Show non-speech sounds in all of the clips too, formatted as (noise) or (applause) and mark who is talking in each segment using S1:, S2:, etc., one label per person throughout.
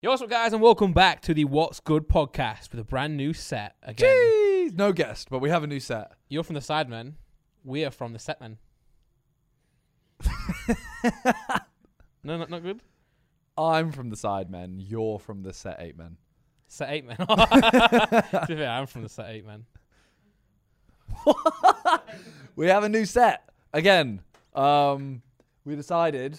S1: Yo, what's up, guys, and welcome back to the What's Good podcast with a brand new set again.
S2: Jeez, no guest, but we have a new set.
S1: You're from the Sidemen. We are from the Setmen.
S2: (laughs)
S1: no, not, not good.
S2: I'm from the side men. You're from the set eight men.
S1: Set eight men. (laughs) to be fair, I'm from the set eight men.
S2: We have a new set again. Um, we decided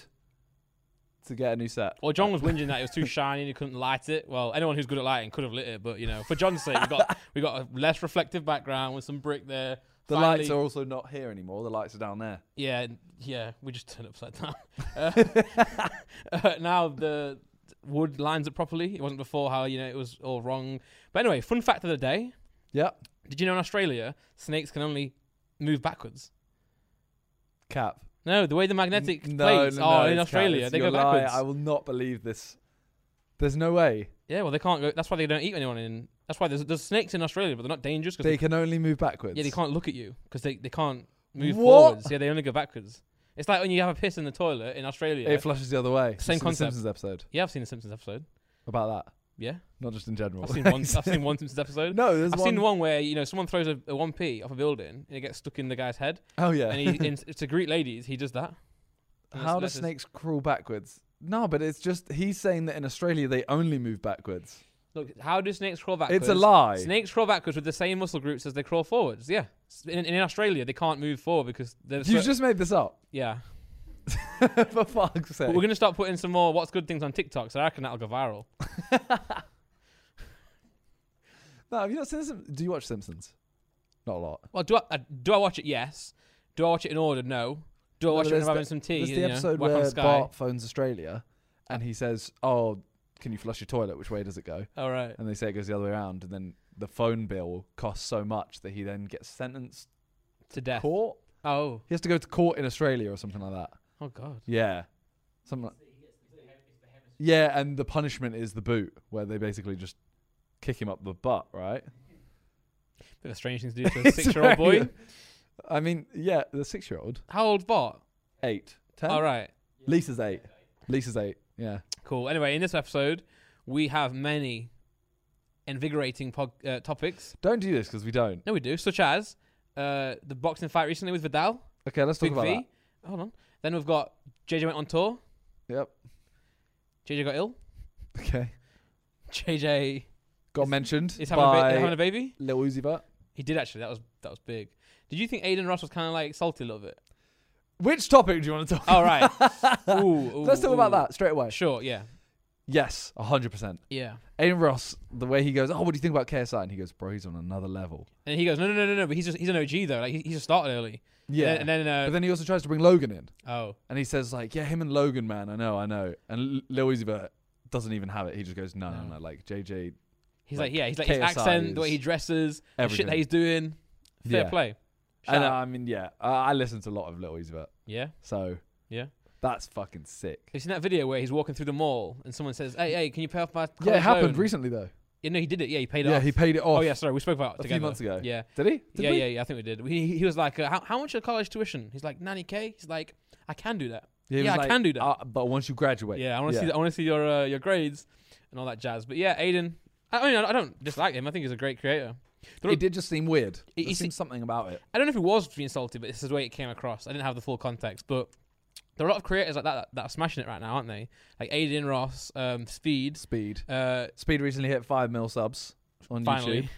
S2: to get a new set.
S1: Well, John was whinging that it was too shiny and he couldn't light it. Well, anyone who's good at lighting could have lit it, but you know, for John's sake, we got we got a less reflective background with some brick there.
S2: The
S1: Finally-
S2: lights are also not here anymore. The lights are down there.
S1: Yeah, n- yeah, we just turned upside down. (laughs) Uh, uh, now the wood lines up properly. It wasn't before how you know it was all wrong. But anyway, fun fact of the day:
S2: Yeah,
S1: Did you know in Australia snakes can only move backwards?
S2: cap.
S1: No, the way the magnetic
S2: N-
S1: plates are in
S2: it's cap.
S1: Australia,
S2: It's
S1: they
S2: your
S1: go
S2: lie.
S1: backwards.
S2: I will not believe this. There's no way
S1: yeah, well they can't go. That's why they don't eat anyone in. That's why there's, there's snakes in Australia, but they're not dangerous because
S2: they can only move backwards.
S1: yeah they can't look at you because they, they can't move
S2: What?
S1: forwards. Yeah, they only go backwards. It's like when you have a piss in the toilet in Australia.
S2: It flushes the other
S1: Same
S2: way. It's the
S1: concept.
S2: Simpsons episode
S1: yeah, I've seen the Simpsons episode.
S2: about that,
S1: Yeah,
S2: not just in general.
S1: I've seen
S2: (laughs)
S1: one. I've seen one Simpsons episode.
S2: no, there's
S1: I've
S2: one.
S1: seen one where you know someone throws a, a one p off a building and it gets stuck in the guy's head,
S2: Oh yeah.
S1: and
S2: (laughs)
S1: he in, to greet ladies he does that. And
S2: How do
S1: that's- that's
S2: snakes crawl backwards? No, but it's just he's saying that in Australia they only move backwards.
S1: just- Look, how do snakes crawl backwards?
S2: It's a lie.
S1: Snakes crawl backwards with the same muscle groups as they crawl forwards. Yeah, S- in, in Australia they can't move forward because they're
S2: You
S1: so-
S2: just made this up. (laughs)
S1: yeah.
S2: For fuck's
S1: But
S2: sake.
S1: we're gonna start putting some more what's good things on TikTok, so I reckon that'll go viral.
S2: no, have you not seen Sim- Do you watch Simpsons? Not a lot.
S1: Well, do I uh, do I watch it? Yes. Do I watch it in order? No. Do I
S2: No,
S1: watch it when
S2: there's
S1: I'm having
S2: the-
S1: some tea?
S2: There's
S1: you
S2: the
S1: know,
S2: episode
S1: whack on
S2: where
S1: Sky?
S2: Bart phones Australia and he says, Oh, can you flush your toilet? Which way does it go?
S1: All right.
S2: And they say it goes the other way around. And then the phone bill costs so much that he then gets sentenced
S1: To
S2: to
S1: death.
S2: court.
S1: Oh.
S2: He has to go to court in Australia or something like that.
S1: Oh God.
S2: Yeah. Something like Yeah, and the punishment is the boot, where they basically just kick him up the butt, right?
S1: Bit of a strange thing to do to a
S2: (laughs) It's
S1: six-year-old
S2: very-
S1: boy.
S2: I mean, yeah, the six year old.
S1: How old's Bart?
S2: Eight. Ten?
S1: All right,
S2: Lisa's eight. Lisa's eight. Yeah.
S1: cool. Anyway, in this episode, we have many invigorating pog- uh, topics.
S2: Don't do this because we don't.
S1: No, we do, such as uh, the boxing fight recently with Vidal,
S2: Okay, let's talk
S1: Big
S2: about
S1: V. Hold on. Then we've got JJ went on tour.
S2: that. Yep.
S1: JJ got
S2: (laughs)
S1: ill.
S2: Okay.
S1: JJ
S2: Got
S1: Is-
S2: mentioned
S1: is having, a, ba-
S2: by
S1: having a baby.
S2: Lil Uzi Vert.
S1: He did actually. That was that was big. Did you think Aiden Ross was kind of like salty a little
S2: (laughs)
S1: bit?
S2: Which topic do you want to talk?
S1: All right.
S2: about?
S1: Ooh,
S2: let's
S1: ooh,
S2: talk about
S1: ooh.
S2: that straight away.
S1: Sure. Yeah.
S2: Yes, hundred percent.
S1: Yeah.
S2: Aiden Ross, the way he goes, oh, what do you think about KSI? And he goes, bro, he's on another level.
S1: And he goes, no, no, no, no, no. But he's just he's an OG though. Like he, he just started early.
S2: Yeah.
S1: And then, uh, and
S2: but
S1: then,
S2: then he also tries to bring Logan in.
S1: uh, oh.
S2: And he says like, yeah, him and Logan, man, I know, I know. And L- Lil Uzi Vert doesn't even have it. He just goes, no, no,
S1: No.
S2: no, like JJ,
S1: He's like,
S2: Like,
S1: yeah, he's like his
S2: KSI
S1: accent, the way
S2: is
S1: he dresses, the shit
S2: everything.
S1: that he's doing. Fair
S2: Yeah.
S1: play. Shout
S2: and uh,
S1: out.
S2: I mean, yeah, I, I listen to a lot of Lil Uzi Vert,
S1: yeah. Have
S2: so
S1: Yeah.
S2: that's fucking sick.
S1: you seen that video where he's walking through the mall and someone says, "Hey, hey, can you pay off my?"
S2: Yeah, it
S1: college
S2: happened
S1: loan?
S2: recently though.
S1: Yeah, no, he did it. Yeah, he paid it.
S2: yeah,
S1: off.
S2: he paid it off.
S1: Oh yeah, sorry, we spoke about it
S2: a few
S1: together.
S2: months ago.
S1: Yeah.
S2: Did he? Did
S1: yeah,
S2: we?
S1: yeah, yeah, I think we did. We, he, he was like, uh, how, how much is college tuition? He's like, 90K? He's like, I can do that.
S2: he
S1: Yeah,
S2: was
S1: I can do that.
S2: "Uh, but once you graduate,
S1: yeah, I want to see that. I want to see your uh, your grades and all that jazz. But yeah, Aiden, I, I mean, I don't dislike him. I think he's a great creator.
S2: it did just seem weird.
S1: He-
S2: It,
S1: he
S2: seems something about it.
S1: I don't know if it was being salty, but this is the way it came across. I didn't have the full context, but there are a lot of creators like that that, that are smashing it right now, aren't they? Like Aiden Ross, um, Speed,
S2: Speed.
S1: uh,
S2: Speed recently hit five mil subs on YouTube.
S1: finally.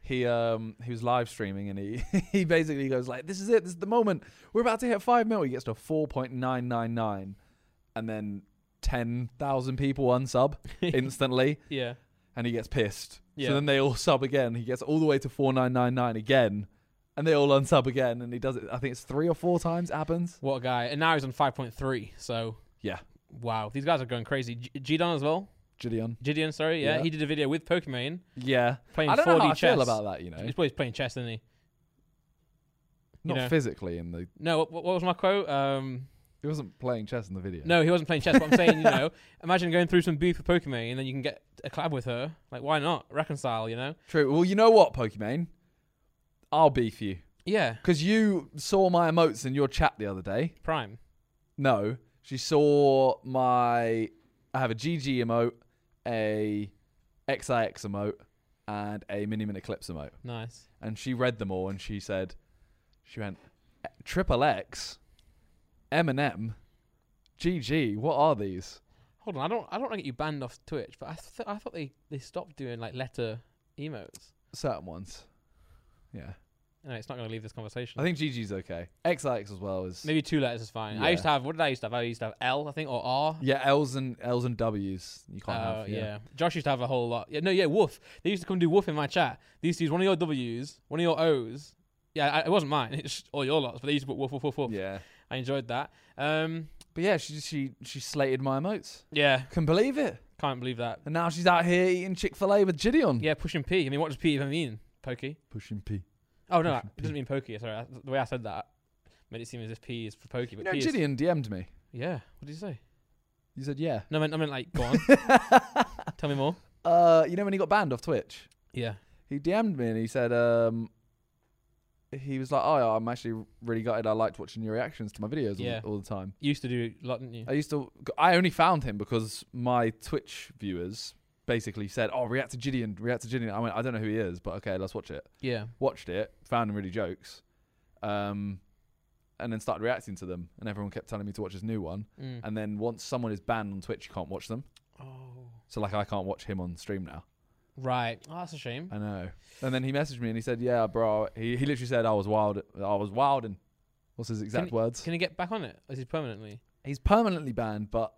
S2: he um he was live streaming and he (laughs) he basically goes like this is it this is the moment we're about to hit five mil he gets to four point nine nine nine and then ten thousand people
S1: (laughs)
S2: unsub instantly
S1: yeah,
S2: and he gets pissed
S1: Yeah.
S2: so then they all sub again he gets all the way to four nine nine nine again and they all unsub again and he does it I think it's three or four times it happens
S1: what a guy! And now he's on five point three. So
S2: Yeah.
S1: wow, these guys are going crazy. G- Gidon as well,
S2: Gideon
S1: Gideon, sorry, yeah,
S2: Yeah.
S1: he did a video with Pokemon
S2: yeah
S1: playing
S2: I don't
S1: four
S2: know how
S1: D
S2: I
S1: chess.
S2: feel about that eh? you know
S1: He's probably playing chess, isn't he?
S2: not
S1: know.
S2: physically in the
S1: No, what, what was my quote? Um,
S2: he wasn't playing chess in the video
S1: No, he wasn't playing chess. But I'm
S2: (laughs)
S1: saying, you know, imagine going through some beef with Pokemon and then you can get a collab with her. Like, why not reconcile? You know?
S2: true well you know what Pokimane I'll beef you.
S1: Yeah,
S2: Because you saw my emotes in your chat the other day.
S1: Prime.
S2: No, she saw my. I have a GG emote a XIX emote, and a Mini Minute Clips emote.
S1: Nice.
S2: And she read them all, and she said, she went, triple X, Eminem, GG. What are these?
S1: Hold on, I don't I don't want to get you banned off Twitch, but I th- I thought they they stopped doing like letter emotes.
S2: Certain ones. Yeah,
S1: Anyway, it's not going to leave this conversation.
S2: I think GG's okay. XX as well is
S1: Maybe two letters is fine. I used to have what did I used to have? I used to have L, I think, or R.
S2: yeah L's and L's and W's. You can't
S1: Oh
S2: have
S1: yeah. Josh used to have a whole lot. Yeah, no, yeah, woof. They used to come do woof in my chat. They used to use one of your W's, one of your O's. Yeah, I, it wasn't mine. (laughs) It's all your lots, but they used to put woof, woof, woof, woof.
S2: yeah.
S1: I enjoyed that. Um,
S2: But yeah, she she she slated my emotes.
S1: yeah,
S2: Can believe it.
S1: can't believe that.
S2: And now she's out here eating Chick Fil A with Gideon.
S1: Yeah, pushing P. I mean, what does P even mean? Pokey.
S2: Pushing P.
S1: Oh no,
S2: Pushing
S1: it doesn't mean pokey. Sorry, I- the way I said that made it seem as if P is for pokey,
S2: You
S1: but
S2: know,
S1: P is
S2: Gideon DM'd me.
S1: yeah. What did you say?
S2: You said yeah.
S1: No, I meant, I meant like go
S2: (laughs)
S1: on, tell me more.
S2: uh, you know when he got banned off Twitch,
S1: Yeah,
S2: he DM'd me and he said, um, he was like, oh, yeah, I'm actually really gutted. I liked watching your reactions to my videos
S1: Yeah.
S2: all, all the time.
S1: you used to do a lot, didn't you?
S2: I used to. I only found him because my Twitch viewers basically said, "Oh, react to Gideon, react to Gideon." I went, "I don't know who he is, but okay, let's watch it."
S1: yeah,
S2: Watched it, found him really jokes, um, and then started reacting to them. And everyone kept telling me to watch his new one.
S1: Mm.
S2: And then once someone is banned on Twitch, you can't watch them.
S1: oh,
S2: So like, I can't watch him on stream now.
S1: right. Oh, that's a shame.
S2: I know. And then he messaged me and he said, "Yeah, bro." He he literally said, "I was wild. I was wild." And what's his exact words?
S1: Can you get back on it? Or Is he permanently?
S2: He's permanently banned, but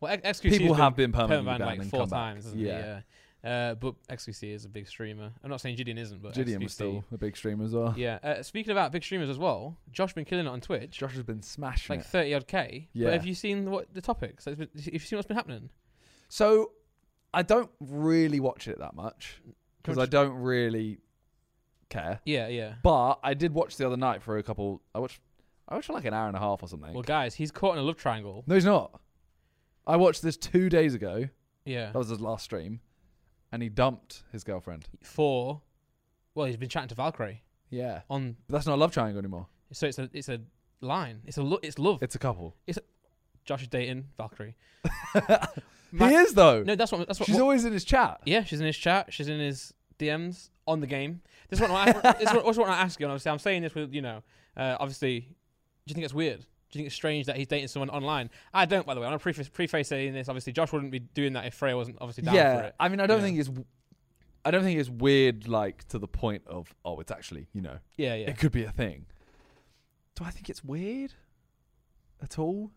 S1: Well, X- XQC
S2: people
S1: has
S2: have been
S1: been
S2: permanently
S1: permanent
S2: banned,
S1: banned like
S2: and
S1: four
S2: come back.
S1: times, hasn't yeah. he? Yeah. Uh, but XQC is a big streamer. I'm not saying Gideon isn't, but
S2: Gideon
S1: XQC.
S2: was still a big streamer as well.
S1: (laughs) Yeah. Uh, speaking about big streamers as well, Josh been killing it on Twitch.
S2: Josh has been smashing
S1: like
S2: it.
S1: thirty odd k.
S2: Yeah.
S1: But have you seen what the topics? Has been- Have you seen what's been happening?
S2: So I don't really watch it that much because I
S1: Don't-
S2: don't really care.
S1: Yeah, yeah.
S2: But I did watch the other night for a couple. I watched. I watched for like an hour and a half or something.
S1: Well, guys, he's caught in a love triangle.
S2: no, he's not. I watched this two days ago.
S1: Yeah.
S2: That was his last stream, and he dumped his girlfriend.
S1: For, well, he's been chatting to Valkyrie
S2: Yeah,
S1: on.
S2: but that's not a love triangle anymore.
S1: So it's a it's a line. It's a lo- it's love.
S2: It's a couple.
S1: Josh is dating
S2: (laughs)
S1: Valkyrie. Ma-
S2: he is though.
S1: No, that's what that's what.
S2: She's
S1: what-
S2: always in his chat.
S1: yeah, she's in his chat. She's in his DMs on the game. This is what
S2: (laughs)
S1: I this is what, also what I ask you. And obviously, I'm saying this with you know, uh, obviously, do you think it's weird? Do you think it's strange that he's dating someone online? I don't, by the way. I'm not preface, prefacing this. Obviously, Josh wouldn't be doing that if Freya wasn't obviously down
S2: yeah,
S1: for it.
S2: I mean, I don't
S1: Yeah.
S2: think it's, I don't think it's weird like to the point of oh, it's actually you know
S1: Yeah, yeah.
S2: it could be a thing. Do I think it's weird at all?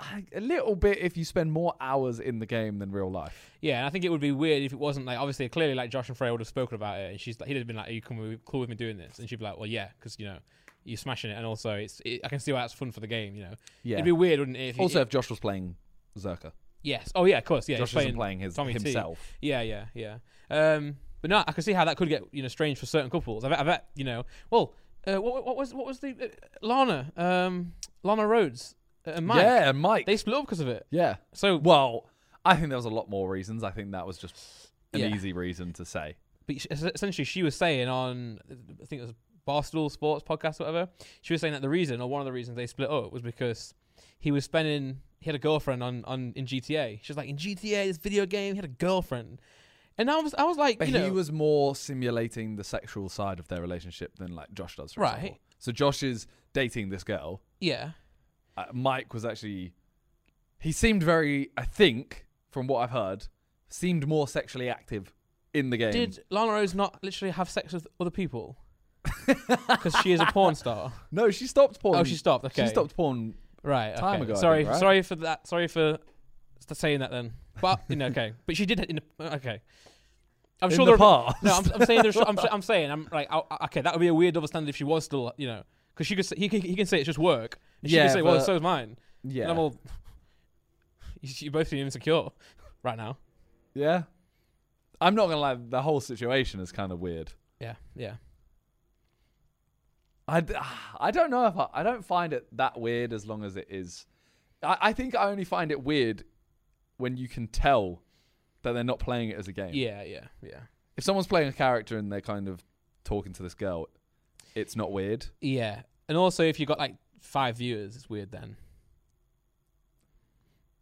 S2: I, a little bit if you spend more hours in the game than real life.
S1: Yeah, and I think it would be weird if it wasn't like obviously clearly like Josh and Freya would have spoken about it, and she's like he'd have been like, "Are you cool with, cool with me doing this?" And she'd be like, "Well, yeah, because you know you're smashing it, and also it's it, I can see why that's fun for the game, you know."
S2: Yeah.
S1: It'd be weird, wouldn't it? If
S2: also,
S1: it,
S2: if Josh was playing Zerka,
S1: yes. Oh yeah, of course. Yeah, he's
S2: Josh
S1: playing,
S2: isn't playing his
S1: Tommy T.
S2: himself.
S1: Yeah, yeah, yeah. Um, but no, I can see how that could get you know strange for certain couples. I bet, I bet you know. Well, uh, what, what was what was the uh, Lana um, Lana Rhodes uh, and Mike?
S2: Yeah, and Mike.
S1: They split up because of it.
S2: yeah.
S1: So,
S2: Well, I think there was a lot more reasons. I think that was just an
S1: Yeah.
S2: easy reason to say.
S1: but she- es- essentially, she was saying on I think it was Barstool Sports podcast, or whatever. She was saying that the reason, or one of the reasons, they split up was because he was spending. He had a girlfriend on, on in GTA. She was like, in GTA, this video game, he had a girlfriend, and I was I was like,
S2: But
S1: you know,
S2: he was more simulating the sexual side of their relationship than like Josh does, for
S1: Right.
S2: example. So Josh is dating this girl.
S1: yeah,
S2: Uh, Mike was actually, he seemed very, I think, from what I've heard, seemed more sexually active in the game.
S1: Did Lana Rose not literally have sex with other people?
S2: (laughs)
S1: Because she is a porn star.
S2: no, she stopped porn.
S1: Oh, she stopped. Okay,
S2: She stopped porn.
S1: Right. Okay.
S2: time ago, I
S1: Sorry.
S2: think, right?
S1: Sorry for that. Sorry for st- saying that. Then, but you know, okay. But she did it in. The, okay. I'm
S2: in
S1: sure
S2: the
S1: there. are-
S2: past.
S1: No, I'm, I'm saying there's. I'm, I'm saying I'm like. I, I- okay, that would be a weird double standard if she was still. You know, because she could. Say, he, can- he can say it's just work. And she
S2: Yeah,
S1: can say, well,
S2: but-
S1: so's mine. And
S2: (laughs) yeah.
S1: I'm all. you, you both seem insecure right now.
S2: yeah. I'm not gonna lie. The whole situation is kind of weird.
S1: Yeah. Yeah.
S2: I, d- (sighs) I don't know if I, I don't find it that weird as long as it is. I, I think I only find it weird when you can tell that they're not playing it as a game.
S1: Yeah. Yeah. Yeah.
S2: If someone's playing a character and they're kind of talking to this girl, it's not weird.
S1: Yeah, and also if you got like five viewers, it's weird then.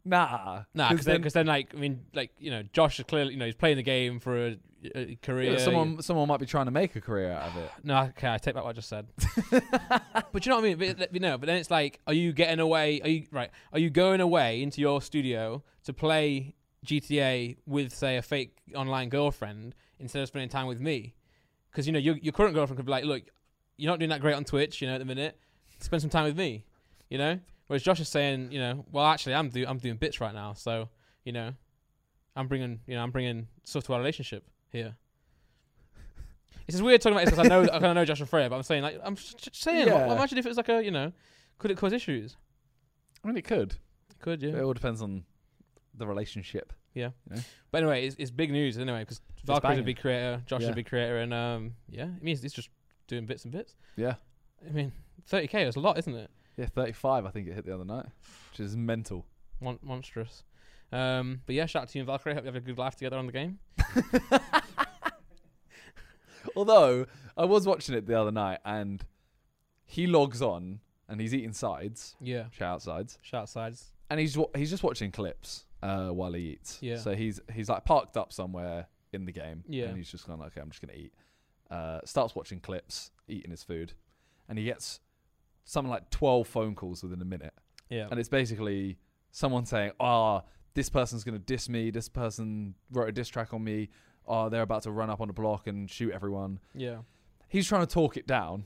S2: Nah,
S1: Nah, because then,
S2: then-
S1: 'cause then, like, I mean, like, you know, Josh is clearly, you know, he's playing the game for a, a career.
S2: yeah, someone someone might be trying to make a career out of it.
S1: No, okay, I take back what I just said. (laughs) but you know what I mean? But, let me know. but then it's like, are you getting away? Are you right? Are you going away into your studio to play GTA with, say, a fake online girlfriend instead of spending time with me? Because you know your your current girlfriend could be like, look, you're not doing that great on Twitch, you know, at the minute. Spend some time with me, you know. Whereas Josh is saying, you know, well, actually, I'm do I'm doing bits right now, so you know, I'm bringing you know I'm bringing stuff to our relationship here. It's just weird talking about this because I know I kind of know Josh and Freya, but I'm saying like I'm just just saying.
S2: Yeah.
S1: Well, imagine if it was like a you know, could it cause issues?
S2: I mean, it could.
S1: It could
S2: It
S1: yeah.
S2: all depends on the relationship.
S1: But anyway, it's, it's big news anyway because Valkyrie's a
S2: banging.
S1: big creator, Josh is
S2: Yeah.
S1: a big creator, and um yeah, it means it's just doing bits and bits.
S2: Yeah,
S1: I mean, 30k is a lot, isn't it?
S2: yeah. Thirty-five, I think it hit the other night, which is
S1: (laughs)
S2: mental.
S1: Mon- monstrous. Um, but yeah, shout out to you and Valkyrie. Hope you have a good life together on the game.
S2: Although I was watching it the other night, and he logs on and he's eating sides,
S1: Yeah.
S2: shout sides,
S1: Shout out sides.
S2: and he's wa- he's just watching clips uh, while he eats.
S1: Yeah.
S2: So he's he's like parked up somewhere in the game.
S1: Yeah.
S2: And he's just going okay, I'm just gonna eat. Uh, starts watching clips, eating his food, and he gets something like twelve phone calls within a minute.
S1: Yeah.
S2: And it's basically someone saying, ah, this person's going to diss me. This person wrote a diss track on me. Oh, they're about to run up on the block and shoot everyone.
S1: Yeah.
S2: He's trying to talk it down.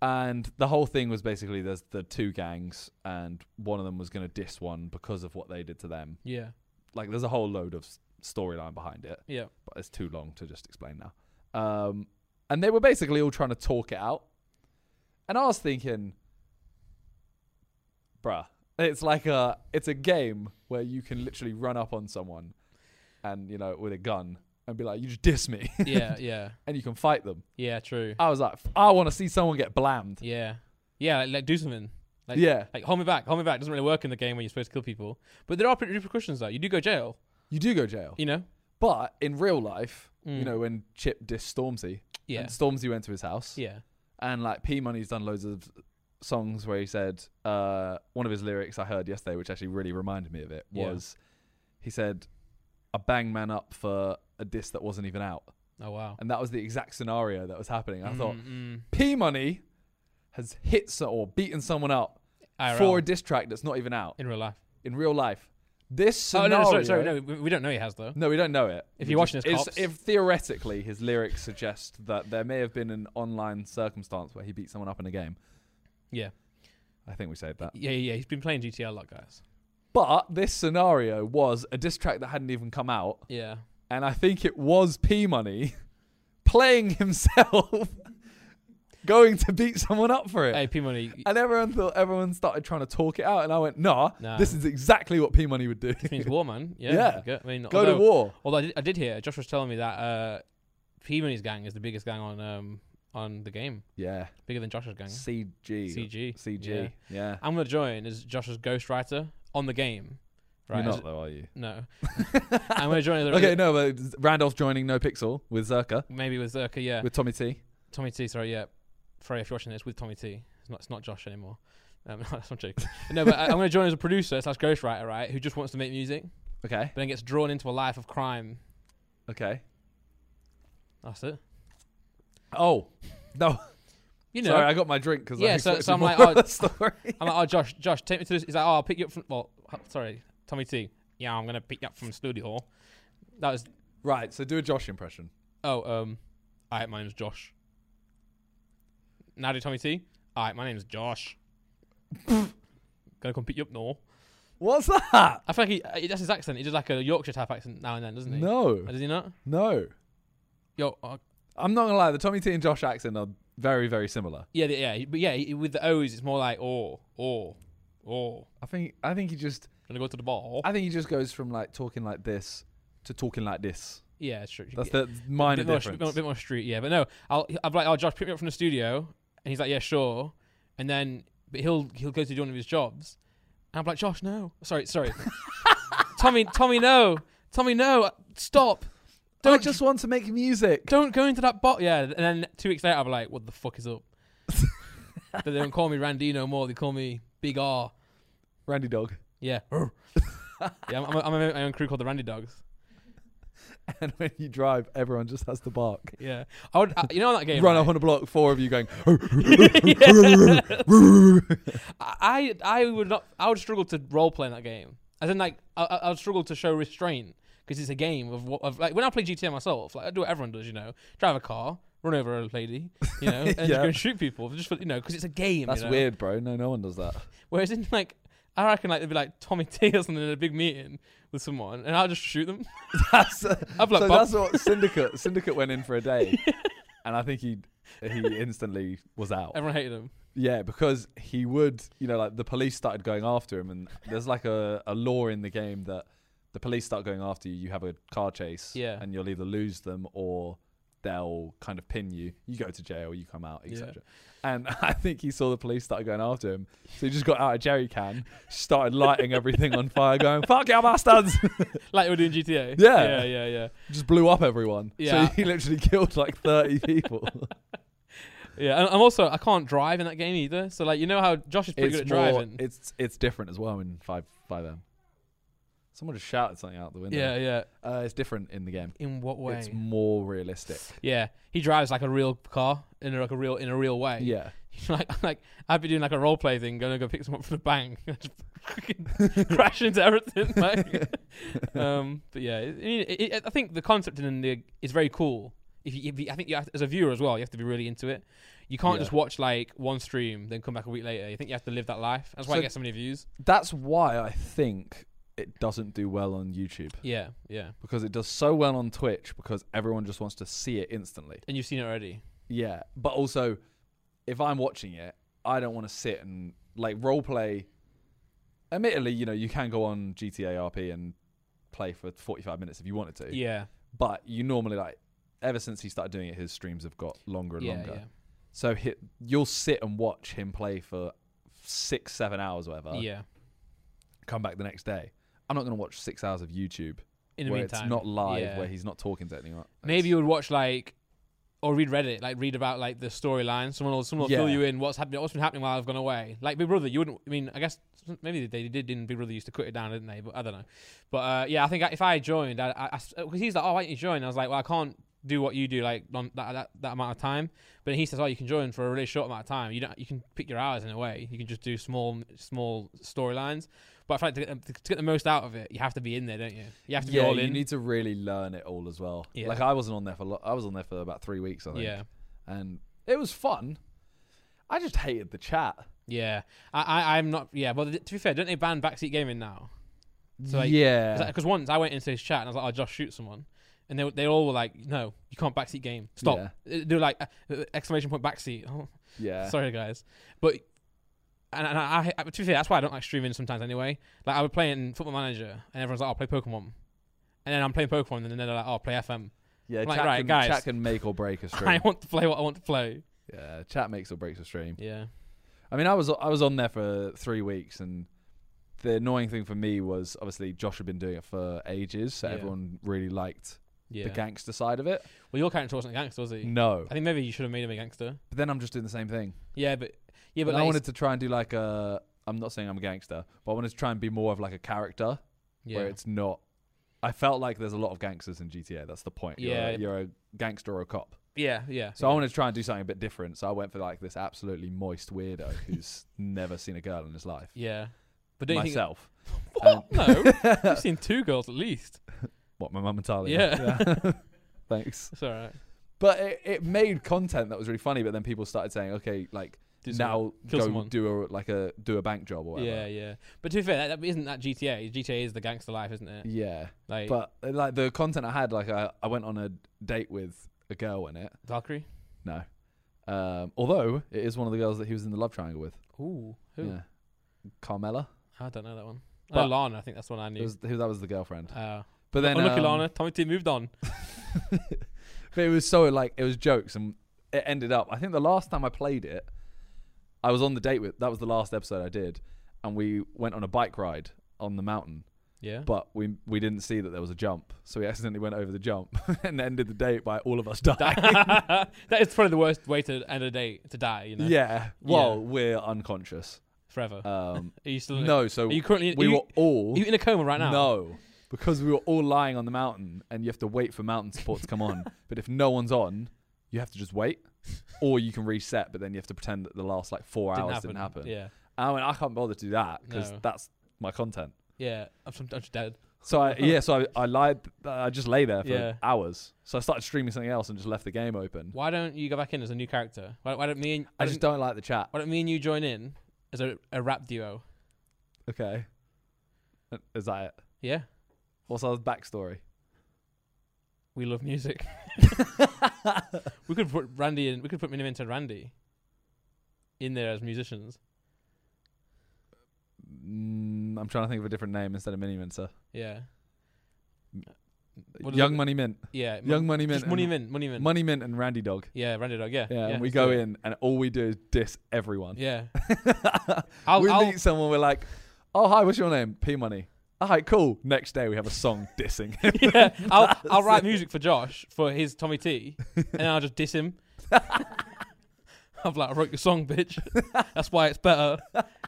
S2: And the whole thing was basically there's the two gangs, and one of them was going to diss one because of what they did to them.
S1: Yeah.
S2: Like, there's a whole load of s- storyline behind it, (laughs)
S1: Yeah.
S2: but it's too long to just explain now. Um, and they were basically all trying to talk it out. And I was thinking, bruh it's like a it's a game where you can literally run up on someone and you know with a gun and be like you just diss me (laughs)
S1: Yeah. Yeah.
S2: and you can fight them
S1: Yeah. True.
S2: i was like "F- i want to see someone get blammed
S1: Yeah. Yeah. Like, like do something. Like,
S2: yeah
S1: Like hold me back. Hold me back. Doesn't really work in the game when you're supposed to kill people. But there are pre- repercussions though. You do go jail.
S2: you do go jail
S1: You know.
S2: but in real life you
S1: Mm.
S2: know when chip dissed stormzy
S1: Yeah.
S2: and stormzy went to his house
S1: Yeah.
S2: and like p money's done loads of songs where he said uh one of his lyrics i heard yesterday which actually really reminded me of it
S1: Yeah.
S2: was he said i bang man up for a diss that wasn't even out
S1: Oh wow.
S2: and that was the exact scenario that was happening. I thought
S1: Mm, mm.
S2: P Money has hit so- or beaten someone up
S1: IRL.
S2: for a diss track that's not even out
S1: in real life.
S2: in real life. This
S1: Oh
S2: scenario,
S1: no, no, sorry, sorry, no, we, we don't know he has though.
S2: No, we don't know it.
S1: If
S2: We
S1: you're
S2: just-
S1: watching this,
S2: it's-
S1: cops.
S2: if theoretically his lyrics suggest that there may have been an online circumstance where he beat someone up in a game.
S1: Yeah.
S2: I think we said that.
S1: Yeah, yeah, yeah, he's been playing GTA a lot, guys.
S2: But this scenario was a diss track that hadn't even come out,
S1: Yeah,
S2: and I think it was P Money (laughs) playing himself, (laughs) going to beat someone up for it.
S1: hey, P Money,
S2: And everyone thought everyone started trying to talk it out, and I went, "Nah,
S1: Nah.
S2: this is exactly what P Money
S1: (laughs)
S2: would do.
S1: this means war,
S2: (laughs)
S1: man. Yeah,
S2: Yeah.
S1: Go, I mean,
S2: Go
S1: although,
S2: to war."
S1: Although I did, I did hear Josh was telling me that uh, P Money's gang is the biggest gang on um on the game,
S2: Yeah,
S1: bigger than Josh's gang.
S2: CG,
S1: CG,
S2: CG.
S1: Yeah. Ah,
S2: Yeah,
S1: I'm gonna join as Josh's ghostwriter on the game. Right?
S2: you're
S1: as-
S2: not though, are you? (laughs)
S1: No, I'm gonna join. As a,
S2: Okay, no, but Randolph joining No Pixel with Zerka
S1: maybe with Zerka. Yeah,
S2: with Tommy T.
S1: Tommy T. Sorry, yeah. Freya, if you're watching this, with Tommy T. It's not, it's not Josh anymore. Um, (laughs) no, I'm joking. no, but I, I'm gonna join as a producer slash ghostwriter, right? Who just wants to make music,
S2: Okay,
S1: but then gets drawn into a life of crime.
S2: okay.
S1: That's it.
S2: Oh, no,
S1: (laughs) You know,
S2: sorry, I got my drink because
S1: Yeah,
S2: I
S1: so-
S2: expected
S1: so I'm
S2: more
S1: like, oh,
S2: of a (laughs) story.
S1: I'm like, oh, Josh, Josh, take me to this. He's like, oh, I'll pick you up from. Well, h- sorry, Tommy T. Yeah, I'm gonna pick you up from studio hall. That was.
S2: right, so do a Josh impression.
S1: Oh, um, alright, my name's Josh. Now do Tommy T. Alright, my name's Josh. (laughs) gonna come pick you up now.
S2: What's that?
S1: I feel like he, uh, that's his accent. He does like a Yorkshire type accent now and then, doesn't he?
S2: No,
S1: Or does he not?
S2: no.
S1: Yo, uh,
S2: I'm not gonna lie. The Tommy T and Josh accent are very, very similar.
S1: yeah, th- yeah, but yeah, he- with the O's, it's more like oh, oh, oh.
S2: I think, I think he just
S1: Gonna go to the bar.
S2: I think he just goes from like talking like this to talking like this.
S1: Yeah, it's true.
S2: That's the minor
S1: bit more,
S2: difference.
S1: Bit, more street, yeah. But no, I'll I'll be like, oh, Josh, pick me up from the studio, and he's like, yeah, sure. And then, but he'll he'll go to do one of his jobs, and I'm like, Josh, no, sorry,
S2: (laughs)
S1: sorry, Tommy, Tommy, no, Tommy, no, stop,
S2: I
S1: don't
S2: just want to make music.
S1: don't go into that bot, yeah. And then two weeks later, I'll be like, what the fuck is (laughs) up? But they don't call me Randy no more. They call me Big R.
S2: Randy Dog.
S1: Yeah. (laughs) yeah, I'm, I'm, I'm a- my own crew called the Randy Dogs.
S2: (laughs) and when you drive, everyone just has to bark.
S1: Yeah. I would, I, you know, that game.
S2: Run
S1: right?
S2: up on a block, four of you going.
S1: I I would not. I would struggle to role play in that game. As in, like, I, I I would struggle to show restraint because it's a game of what of like when I play GTA myself, like I do what everyone does, you know, drive a car, run over a lady, you
S2: (laughs)
S1: know, and just
S2: Yeah.
S1: go and shoot people, just for, you know, because it's a game.
S2: That's
S1: you know?
S2: weird, bro. No, no one
S1: (laughs)
S2: does that. (laughs)
S1: Whereas in like. I reckon like they'd be like Tommy (laughs) T or something in a big meeting with someone, and I'll just shoot them. (laughs)
S2: That's uh,
S1: I'd be like,
S2: so
S1: "Bob, (laughs)
S2: that's what Syndicate Syndicate went in for a day, and I think he he instantly was out.
S1: everyone hated him.
S2: Yeah, because he would, you know, like the police started going after him, and there's like a, a law in the game that the police start going after you, you have a car chase,
S1: Yeah.
S2: and you'll either lose them or they'll kind of pin you. You go to jail, you come out,
S1: Yeah.
S2: etc. And (laughs) I think he saw the police started going after him, so he just got out a jerry can, started lighting everything on fire, going "fuck you bastards!" (laughs)
S1: Like they were doing GTA.
S2: Yeah.
S1: Yeah, yeah, yeah.
S2: just blew up everyone.
S1: Yeah.
S2: So he literally killed like 30 (laughs) people.
S1: Yeah, and I'm also I can't drive in that game either. So like you know how Josh is pretty good at driving.
S2: It's it's different as well in five five M. Someone just shouted something out the window.
S1: yeah, yeah.
S2: Uh, it's different in the game.
S1: In what way?
S2: It's more realistic.
S1: yeah, he drives like a real car in a, like a real in a real way.
S2: Yeah.
S1: (laughs) like like I'd be doing like a role play thing, going to go pick someone up from the bank, (laughs) just fucking (laughs) crash into
S2: (laughs)
S1: everything. Like, um, but yeah, it, it, it, I think the concept in the is very cool. If you, if you, I think you have to, as a viewer as well, you have to be really into it. You can't
S2: Yeah.
S1: just watch like one stream, then come back a week later. You think you have to live that life. That's why
S2: So-
S1: I get so many views.
S2: That's why I think it doesn't do well on YouTube
S1: Yeah, yeah.
S2: because it does so well on Twitch because everyone just wants to see it instantly.
S1: And you've seen it already.
S2: Yeah. But also, if I'm watching it, I don't want to sit and like role play. Admittedly, you know, you can go on GTA RP and play for 45 minutes if you wanted to.
S1: Yeah,
S2: But you normally like, ever since he started doing it, his streams have got longer and
S1: yeah,
S2: longer.
S1: yeah.
S2: So he, you'll sit and watch him play for six, seven hours, or whatever.
S1: yeah.
S2: Come back the next day. I'm not going to watch six hours of YouTube
S1: In the
S2: where
S1: meantime,
S2: it's not live,
S1: yeah.
S2: where he's not talking to anyone.
S1: Maybe you would watch like or read Reddit, like read about like the storyline. Someone will someone will fill
S2: Yeah.
S1: you in what's happening, what's been happening while I've gone away. Like Big Brother, you wouldn't. I mean, I guess maybe they did in Big Brother used to cut it down, didn't they? But I don't know. But uh, yeah, I think if I joined, I because he's like, oh, why don't you join? I was like, well, I can't do what you do like on that, that that amount of time. But he says, oh, you can join for a really short amount of time. You don't. You can pick your hours in a way. You can just do small small storylines. But I feel like to get, the- to get the most out of it, you have to be in there, don't you? You have to
S2: yeah,
S1: be all
S2: you
S1: in.
S2: need to really learn it all as well.
S1: Yeah.
S2: Like I wasn't on there for lo- I was on there for about three weeks, I think.
S1: yeah.
S2: and it was fun. I just hated the chat.
S1: Yeah, I, I I'm not. Yeah, well, th- to be fair, don't they ban backseat gaming now? So, like,
S2: yeah,
S1: Because once I went into his chat and I was like, "I'll just shoot someone," and they they all were like, "No, you can't backseat game. Stop." They were like uh, uh, exclamation point backseat. (laughs) Oh,
S2: yeah.
S1: sorry guys, but and, and I, I to be fair, that's why I don't like streaming sometimes anyway. Like I would play in Football Manager and everyone's like, "I'll play Pokemon," and then I'm playing Pokemon and then they're like, "Oh, play FM."
S2: yeah,
S1: Like,
S2: chat,
S1: right,
S2: can,
S1: guys.
S2: chat can make or break a
S1: (laughs) I
S2: stream.
S1: want to play what I want to play.
S2: yeah, chat makes or breaks a stream.
S1: Yeah,
S2: I mean, I was I was on there for three weeks, and the annoying thing for me was obviously Josh had been doing it for ages, so
S1: Yeah.
S2: everyone really liked
S1: yeah.
S2: the gangster side of it.
S1: well, your character wasn't a gangster, was he?
S2: No,
S1: I think maybe you should have made him a gangster.
S2: but then I'm just doing the same thing.
S1: Yeah, but yeah,
S2: But
S1: but
S2: I
S1: like,
S2: wanted to try and do like a. I'm not saying I'm a gangster, but I wanted to try and be more of like a character.
S1: yeah.
S2: where it's not. I felt like there's a lot of gangsters in GTA. That's the point. You're,
S1: Yeah.
S2: a, you're a gangster or a cop.
S1: Yeah, yeah.
S2: So
S1: yeah.
S2: I wanted to try and do something a bit different. So I went for like this absolutely moist weirdo
S1: (laughs)
S2: who's never seen a girl in his life.
S1: Yeah, but don't you
S2: Myself.
S1: (laughs) think?
S2: Um,
S1: What?
S2: (laughs)
S1: No, you've seen two girls at least.
S2: what my mum and Talia.
S1: Yeah.
S2: (laughs) Yeah. Thanks.
S1: It's all right.
S2: But it, it made content that was really funny. But then people started saying, okay, like
S1: Do something.
S2: now
S1: Kill
S2: go
S1: someone.
S2: do a like a do a bank job or whatever.
S1: Yeah, yeah. But to be fair, that, that isn't that GTA. GTA is the gangster life, isn't it?
S2: Yeah.
S1: Like
S2: But uh, like the content I had, like I, I went on a date with a girl in it.
S1: Valkyrie.
S2: No. Um, although it is one of the girls that he was in the love triangle with.
S1: Ooh, who?
S2: Yeah. Carmela.
S1: I don't know that one. oh,
S2: But-
S1: Lana. I think that's one I
S2: It
S1: knew.
S2: was, who that was the girlfriend.
S1: Uh,
S2: But then
S1: oh, look, at
S2: um,
S1: Lana. Tommy T moved on.
S2: (laughs) but it was so like it was jokes and it ended up. I think the last time I played it, I was on the date with. That was the last episode I did, and we went on a bike ride on the mountain.
S1: Yeah.
S2: But we we didn't see that there was a jump, so we accidentally went over the jump (laughs) and ended the date by all of
S1: (laughs)
S2: us dying.
S1: that is probably the worst way to end a date to die. You know.
S2: yeah. Well, we're unconscious.
S1: forever. (laughs)
S2: Um,
S1: Are you still in a-
S2: no, so
S1: Are you currently?
S2: we
S1: are you,
S2: were all
S1: are you in a coma right now?
S2: No, because we were all lying on the mountain, and you have to wait for mountain support to come
S1: (laughs)
S2: on. But if no one's on, you have to just wait, or you can reset. But then you have to pretend that the last like 4 hours didn't happen.
S1: Yeah,
S2: I went, I can't bother to do that because
S1: No.
S2: that's my content.
S1: yeah. I'm, I'm just dead.
S2: So I, yeah, so I, I lied. I just lay there for
S1: Yeah.
S2: hours. So I started streaming something else and just left the game open.
S1: Why don't you go back in as a new character? Why, why don't me and
S2: I
S1: why,
S2: just
S1: don't,
S2: don't like the chat.
S1: why don't me and you join in as a, a rap duo?
S2: Okay, Uh, is that it?
S1: Yeah,
S2: What's our backstory?
S1: we love
S2: (laughs)
S1: music. we could put Randy in. We could put Minimenta and Randy in there as musicians.
S2: Mm, I'm trying to think of a different name instead of Mini Minter.
S1: Yeah, What is
S2: Young
S1: it?
S2: Money Mint.
S1: yeah.
S2: Young Money Mint.
S1: just money
S2: and-
S1: mint, money mint.
S2: Money Mint and Randy Dog.
S1: yeah, Randy dog. Yeah,
S2: Yeah, and we
S1: let's
S2: go
S1: do it.
S2: in and all we do is diss everyone. (laughs)
S1: Yeah, I'll,
S2: we
S1: I'll,
S2: meet someone, we're like, oh, hi, what's your name? P Money. All right, cool. Next day we have
S1: (laughs)
S2: a song dissing him.
S1: yeah, I'll, I'll write music for Josh for his Tommy T, and I'll just diss him. (laughs) I'm like, I wrote your song, bitch. (laughs) That's why it's better.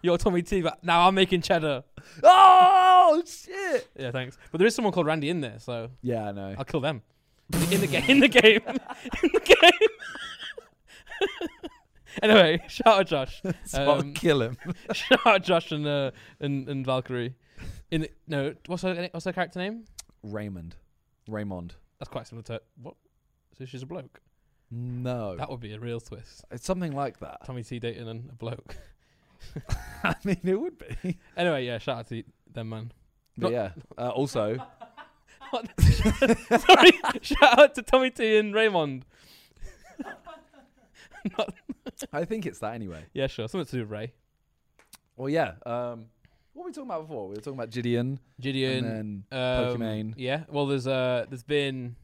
S1: You're Tommy T, but now I'm making cheddar.
S2: oh, shit.
S1: Yeah, thanks. But there is someone called Randy in there, so
S2: Yeah, I know.
S1: I'll kill them in the game. In the game. (laughs) in the game. (laughs) anyway, shout out Josh. (laughs)
S2: (laughs) So I'll
S1: um,
S2: kill him.
S1: Shout out Josh and uh, and and Valkyrie. In the, no, what's her what's her character name?
S2: Raymond. Raymond.
S1: That's quite similar to what. So she's a bloke.
S2: No.
S1: That would be a real twist.
S2: it's something
S1: (laughs)
S2: like that. (laughs)
S1: Tommy T dating and a (laughs) bloke.
S2: I mean, it would be.
S1: Anyway, yeah, shout out to them, man.
S2: But yeah. Uh, also,
S1: (laughs) Sorry, shout out to Tommy T and Raymond.
S2: I think it's that anyway.
S1: Yeah, sure, something to do with Ray.
S2: Well, yeah. Um, what were we talking about before? We were talking about Gideon and
S1: Gideon,
S2: then
S1: um,
S2: Pokimane.
S1: Yeah, well, there's uh, there's been.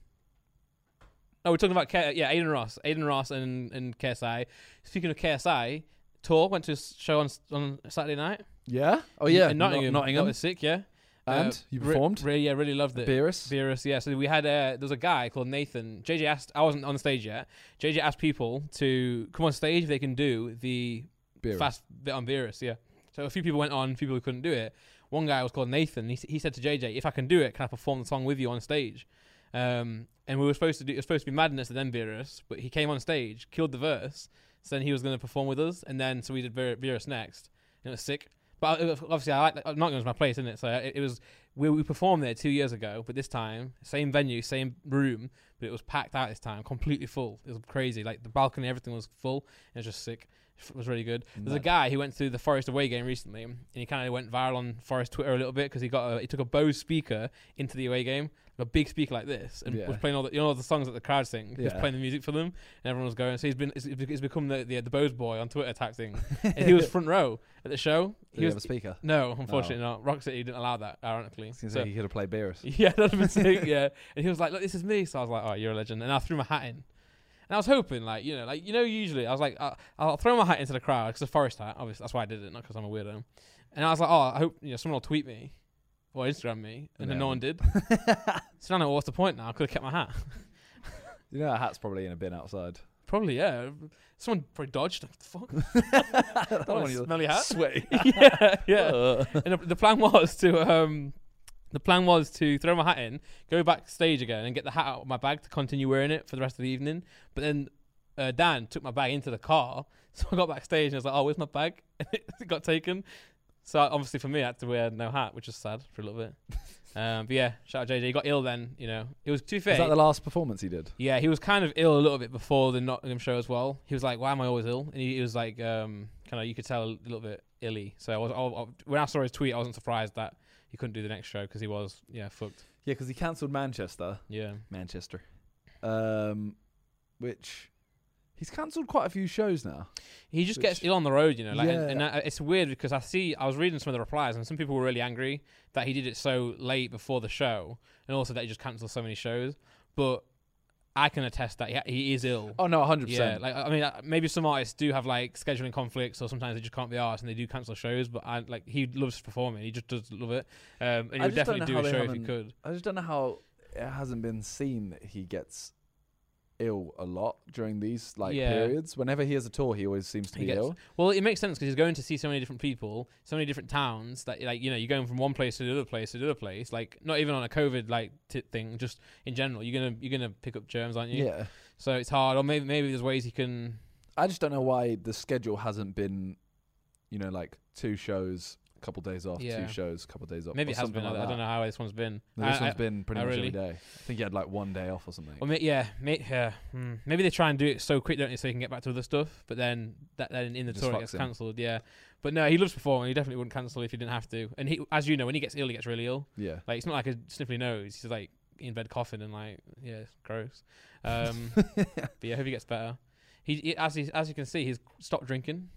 S1: Oh, we're talking about K- yeah, Aiden Ross, Aiden Ross, and and KSI. Speaking of KSI, Tor went to a s- show on s- on Saturday night.
S2: Yeah. Oh yeah.
S1: in
S2: Not-
S1: Nottingham.
S2: Nottingham.
S1: That was sick. Yeah,
S2: and
S1: Uh,
S2: you
S1: re-
S2: performed.
S1: Really, yeah, really loved it.
S2: Beerus.
S1: Beerus, yeah. So we had uh, there was a guy called Nathan. JJ asked I wasn't on stage yet. JJ asked people to come on stage if they can do the
S2: Beerus.
S1: fast bit on Beerus, yeah. So a few people went on, a few people couldn't do it. One guy was called Nathan. He, s- he said to JJ, "If I can do it, can I perform the song with you on stage?" Um, and we were supposed to do it was supposed to be Madness and then Beerus, but he came on stage, killed the verse, so then he was going to perform with us, and then so we did Vir- Virus next, and it was sick. But I- it was- obviously, I like uh, Nottingham's my place, isn't it? So it, it was we, we performed there two years ago, but this time same venue, same room, but it was packed out this time, completely full. It was crazy, like the balcony, everything was full. It was just sick. It was really good. There's a
S2: Mad.
S1: guy who went through the Forest away game recently, and he kind of went viral on Forest Twitter a little bit because he got a, he took a Bose speaker into the away game, a big speaker like this, and
S2: Yeah.
S1: was playing all the you know all the songs that the crowd sing. He was
S2: Yeah.
S1: playing the music for them and everyone was going. So he's been he's, he's become the, the the Bose boy on Twitter type
S2: (laughs)
S1: thing. and he was front row at the show.
S2: Did
S1: He
S2: he
S1: was
S2: have a speaker?
S1: no, unfortunately not. Rock City didn't allow that, ironically.
S2: Seems
S1: So-
S2: like he could have played Beerus.
S1: (laughs) yeah, that'd have been sick. Yeah, and he was like, "Look, this is me." So I was like, "Oh, you're a legend." And I threw my hat in, and I was hoping, like, you know, like you know, usually I was like, I'll, "I'll throw my hat into the crowd because a forest hat, obviously. That's why I did it, not because I'm a weirdo." And I was like, "Oh, I hope you know someone will tweet me or Instagram me," and
S2: And they
S1: then no one
S2: (laughs)
S1: did. so now I know what's the point. Now I could have kept my hat.
S2: You know, our hat's probably in a bin
S1: (laughs)
S2: (laughs) outside.
S1: Probably, yeah. Someone probably dodged. (laughs) Like, Fuck.
S2: That
S1: want
S2: one
S1: a
S2: you're
S1: smelly hat.
S2: Sweaty.
S1: yeah, (laughs)
S2: (laughs)
S1: yeah.
S2: Uh,
S1: And the- the plan was to um, the plan was to throw my hat in, go backstage again, and get the hat out of my bag to continue wearing it for the rest of the evening. But then uh, Dan took my bag into the car, (laughs) so I got backstage and I was like, "Oh, where's my bag?" (laughs) And it got taken. So obviously for me, I had to wear no hat, which is sad for a little bit. (laughs) Um, but yeah, shout out JJ. He got ill then, you know. It was too fair.
S2: Is that the last performance he did?
S1: Yeah, he was kind of ill a little bit before the Nottingham show as well. He was like, "Why am I always ill?" And he, he was like, um, kind of you could tell a little bit illy. So I was I, I, when I saw his tweet, I wasn't surprised that he couldn't do the next show because he was yeah fucked.
S2: Yeah, because he cancelled Manchester.
S1: Yeah,
S2: Manchester. Um, which he's cancelled quite a few shows now.
S1: he just gets
S2: Which-
S1: ill on the road, you know. Like, and,
S2: Yeah.
S1: and I, it's weird because I see I was reading some of the replies and some people were really angry that he did it so late before the show, and also that he just cancelled so many shows. But I can attest that he, he is ill.
S2: Oh no, hundred
S1: Yeah,
S2: percent.
S1: like I mean, uh, maybe some artists do have like scheduling conflicts, or sometimes they just can't be asked and they do cancel shows. But I like he loves performing; he just does love it, um, and he
S2: I
S1: would
S2: just don't
S1: definitely do
S2: know
S1: a
S2: how
S1: show
S2: they
S1: if he
S2: haven't-
S1: could.
S2: I just don't know how it hasn't been seen that he gets ill a lot during these like
S1: Yeah.
S2: periods. Whenever he has a tour, he always seems to
S1: He
S2: be
S1: gets-
S2: ill.
S1: Well, it makes sense because he's going to see so many different people, so many different towns that like you know you're going from one place to the other place to the other place. Like not even on a COVID like t- thing, just in general, you're gonna you're gonna pick up germs, aren't you?
S2: Yeah,
S1: So it's hard. Or maybe maybe there's ways he can.
S2: I just don't know why the schedule hasn't been, you know, like two shows, a couple days off,
S1: Yeah.
S2: two shows, a couple days off.
S1: Maybe
S2: or
S1: it has
S2: something
S1: been.
S2: Like
S1: I, I
S2: that.
S1: don't know how this one's been.
S2: No, this
S1: I-
S2: one's
S1: I-
S2: been pretty
S1: I
S2: much
S1: really-
S2: every day. I think he had like one day off or something.
S1: Or may, yeah, may, yeah. hmm. Maybe they try and do it so quick, don't they, so he can get back to other stuff. But then that then in the
S2: Just
S1: tour it
S2: fucks
S1: gets
S2: him.
S1: cancelled. Yeah, but no, he loves performing. He definitely wouldn't cancel if he didn't have to. And he, as you know, when he gets ill, he gets really ill.
S2: yeah.
S1: Like it's not like a sniffly nose. He's like in bed coughing and like yeah, it's gross.
S2: (laughs)
S1: Um, but yeah, I hope he gets better. He, he as he, as you can see, he's stopped drinking.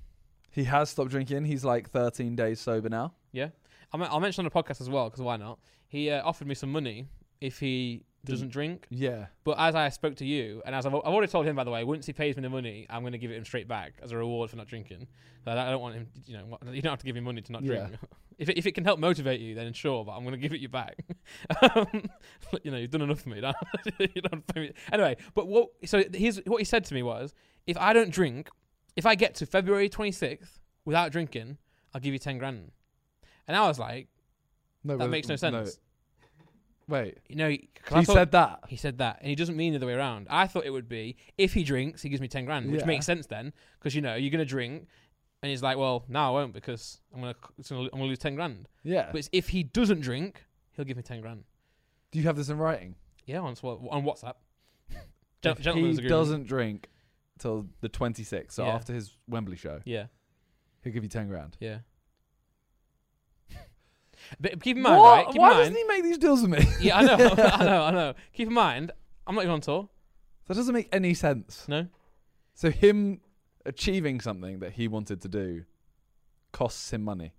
S2: He has stopped drinking. He's like 13 days sober now.
S1: I will mention on the podcast as well because why not? He uh, offered me some money if he doesn't drink.
S2: Yeah.
S1: But as I spoke to you, and as I've, I've already told him, by the way, once he pays me the money, I'm going to give it him straight back as a reward for not drinking. So I don't want him, you know, what- you don't have to give him money to not
S2: Yeah.
S1: drink. (laughs) if, it, if it can help motivate you, then sure, but I'm going to give it you back. (laughs) Um, you know, you've done enough for me. (laughs) Don't, you don't have to pay me. Anyway, but what, so here's what he said to me was if I don't drink, if I get to February 26th without drinking, I'll give you 10 grand. And I was like,
S2: No,
S1: that makes no sense.
S2: Wait.
S1: You know, 'cause I
S2: He
S1: thought-
S2: said that.
S1: he said that, and he doesn't mean the other way around. I thought it would be if he drinks, he gives me ten grand, which
S2: Yeah.
S1: makes sense then, because you know you're gonna drink, and he's like, well, no, I won't because I'm gonna, it's gonna I'm gonna lose ten grand.
S2: Yeah.
S1: But it's if he doesn't drink, he'll give me ten grand.
S2: Do you have this in writing?
S1: Yeah, on swa- on
S2: (laughs)
S1: WhatsApp. Gen-
S2: If
S1: gentleman's
S2: he
S1: agreement.
S2: doesn't drink till the 26th, so
S1: Yeah.
S2: after his Wembley show,
S1: Yeah,
S2: he'll give you 10 grand.
S1: yeah. but keep in mind,
S2: What?
S1: right? Keep
S2: Why
S1: in
S2: doesn't
S1: mind.
S2: he make these deals with me?
S1: yeah, I know, (laughs) I know, I know. Keep in mind, I'm not even on tour.
S2: (laughs) that doesn't make any sense.
S1: No.
S2: So him achieving something that he wanted to do costs him money.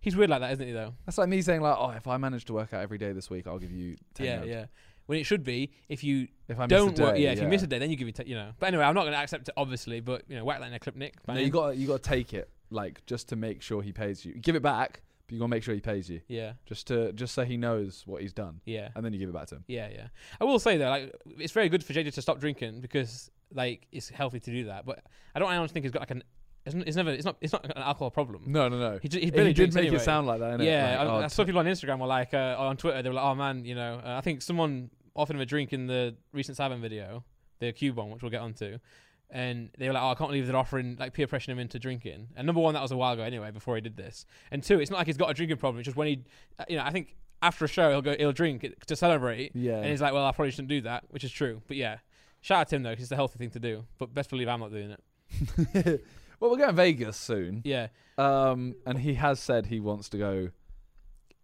S1: He's weird like that, isn't he? Though.
S2: That's like me saying like, oh, if I manage to work out every day this week, I'll give you 10
S1: yeah,
S2: grand.
S1: yeah. When it should be, if you
S2: If I
S1: don't
S2: miss a day,
S1: work. Yeah, if you miss a day, then you give it. T- you know. But anyway, I'm not going to accept it, obviously. But you know, whack that in a clip, Nick.
S2: No,
S1: Bang.
S2: you got you got to take it like just to make sure he pays you. Give it back, but you got to make sure he pays you
S1: Yeah,
S2: just to just so he knows what he's done,
S1: yeah,
S2: and then you give it back to him.
S1: yeah, yeah. I will say though, like, it's very good for JJ to stop drinking because like it's healthy to do that. But I don't. I honestly think he's got like an. It's, n- it's never. It's not. It's not an alcohol problem.
S2: No, no, no.
S1: He, just, he
S2: He,
S1: barely
S2: did
S1: drinks
S2: make
S1: anyway.
S2: it sound like that. Innit?
S1: Yeah,
S2: Like,
S1: I,
S2: oh,
S1: I saw people on Instagram were like, uh, or on Twitter, they were like, "Oh man, you know, uh, I think someone offered him a drink in the recent Saban video, the Cube one, which we'll get onto." And they were like, "Oh, I can't believe they're offering like peer pressuring him into drinking." And number one, that was a while ago anyway, before he did this. And two, it's not like he's got a drinking problem. It's just when he, uh, you know, I think after a show he'll go, he'll drink it to celebrate,
S2: (laughs) yeah.
S1: and he's like, "Well, I probably shouldn't do that," which is true. But yeah, shout out to him though, 'cause it's the healthy thing to do. But best believe I'm not doing it.
S2: well, we're going to Vegas soon,
S1: Yeah,
S2: um, and he has said he wants to go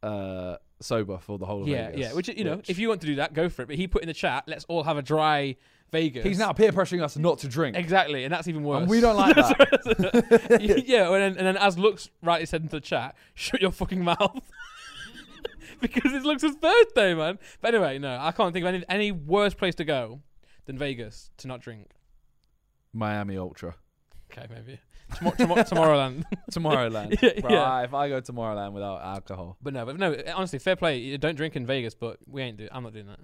S2: uh, sober for the whole of
S1: yeah,
S2: Vegas.
S1: yeah. Which you know,
S2: which-
S1: if you want to do that, go for it. But he put in the chat, "Let's all have a dry." Vegas.
S2: he's now peer pressuring us not to drink,
S1: Exactly, and that's even worse.
S2: and we don't (laughs)
S1: (laughs)
S2: like that.
S1: yeah, and then, and then as looks rightly said into the chat, shut your fucking mouth. (laughs) because it's Lux's birthday, man. But anyway, no, I can't think of any, any worse place to go than Vegas to not drink.
S2: Miami Ultra,
S1: Okay, maybe. Tomo- tomo- Tomorrowland.
S2: (laughs) (laughs) Tomorrowland.
S1: Yeah,
S2: Bro,
S1: yeah.
S2: if I go to Tomorrowland without alcohol,
S1: But no, but no, honestly, fair play. You Don't drink in Vegas, but we ain't do I'm not doing that.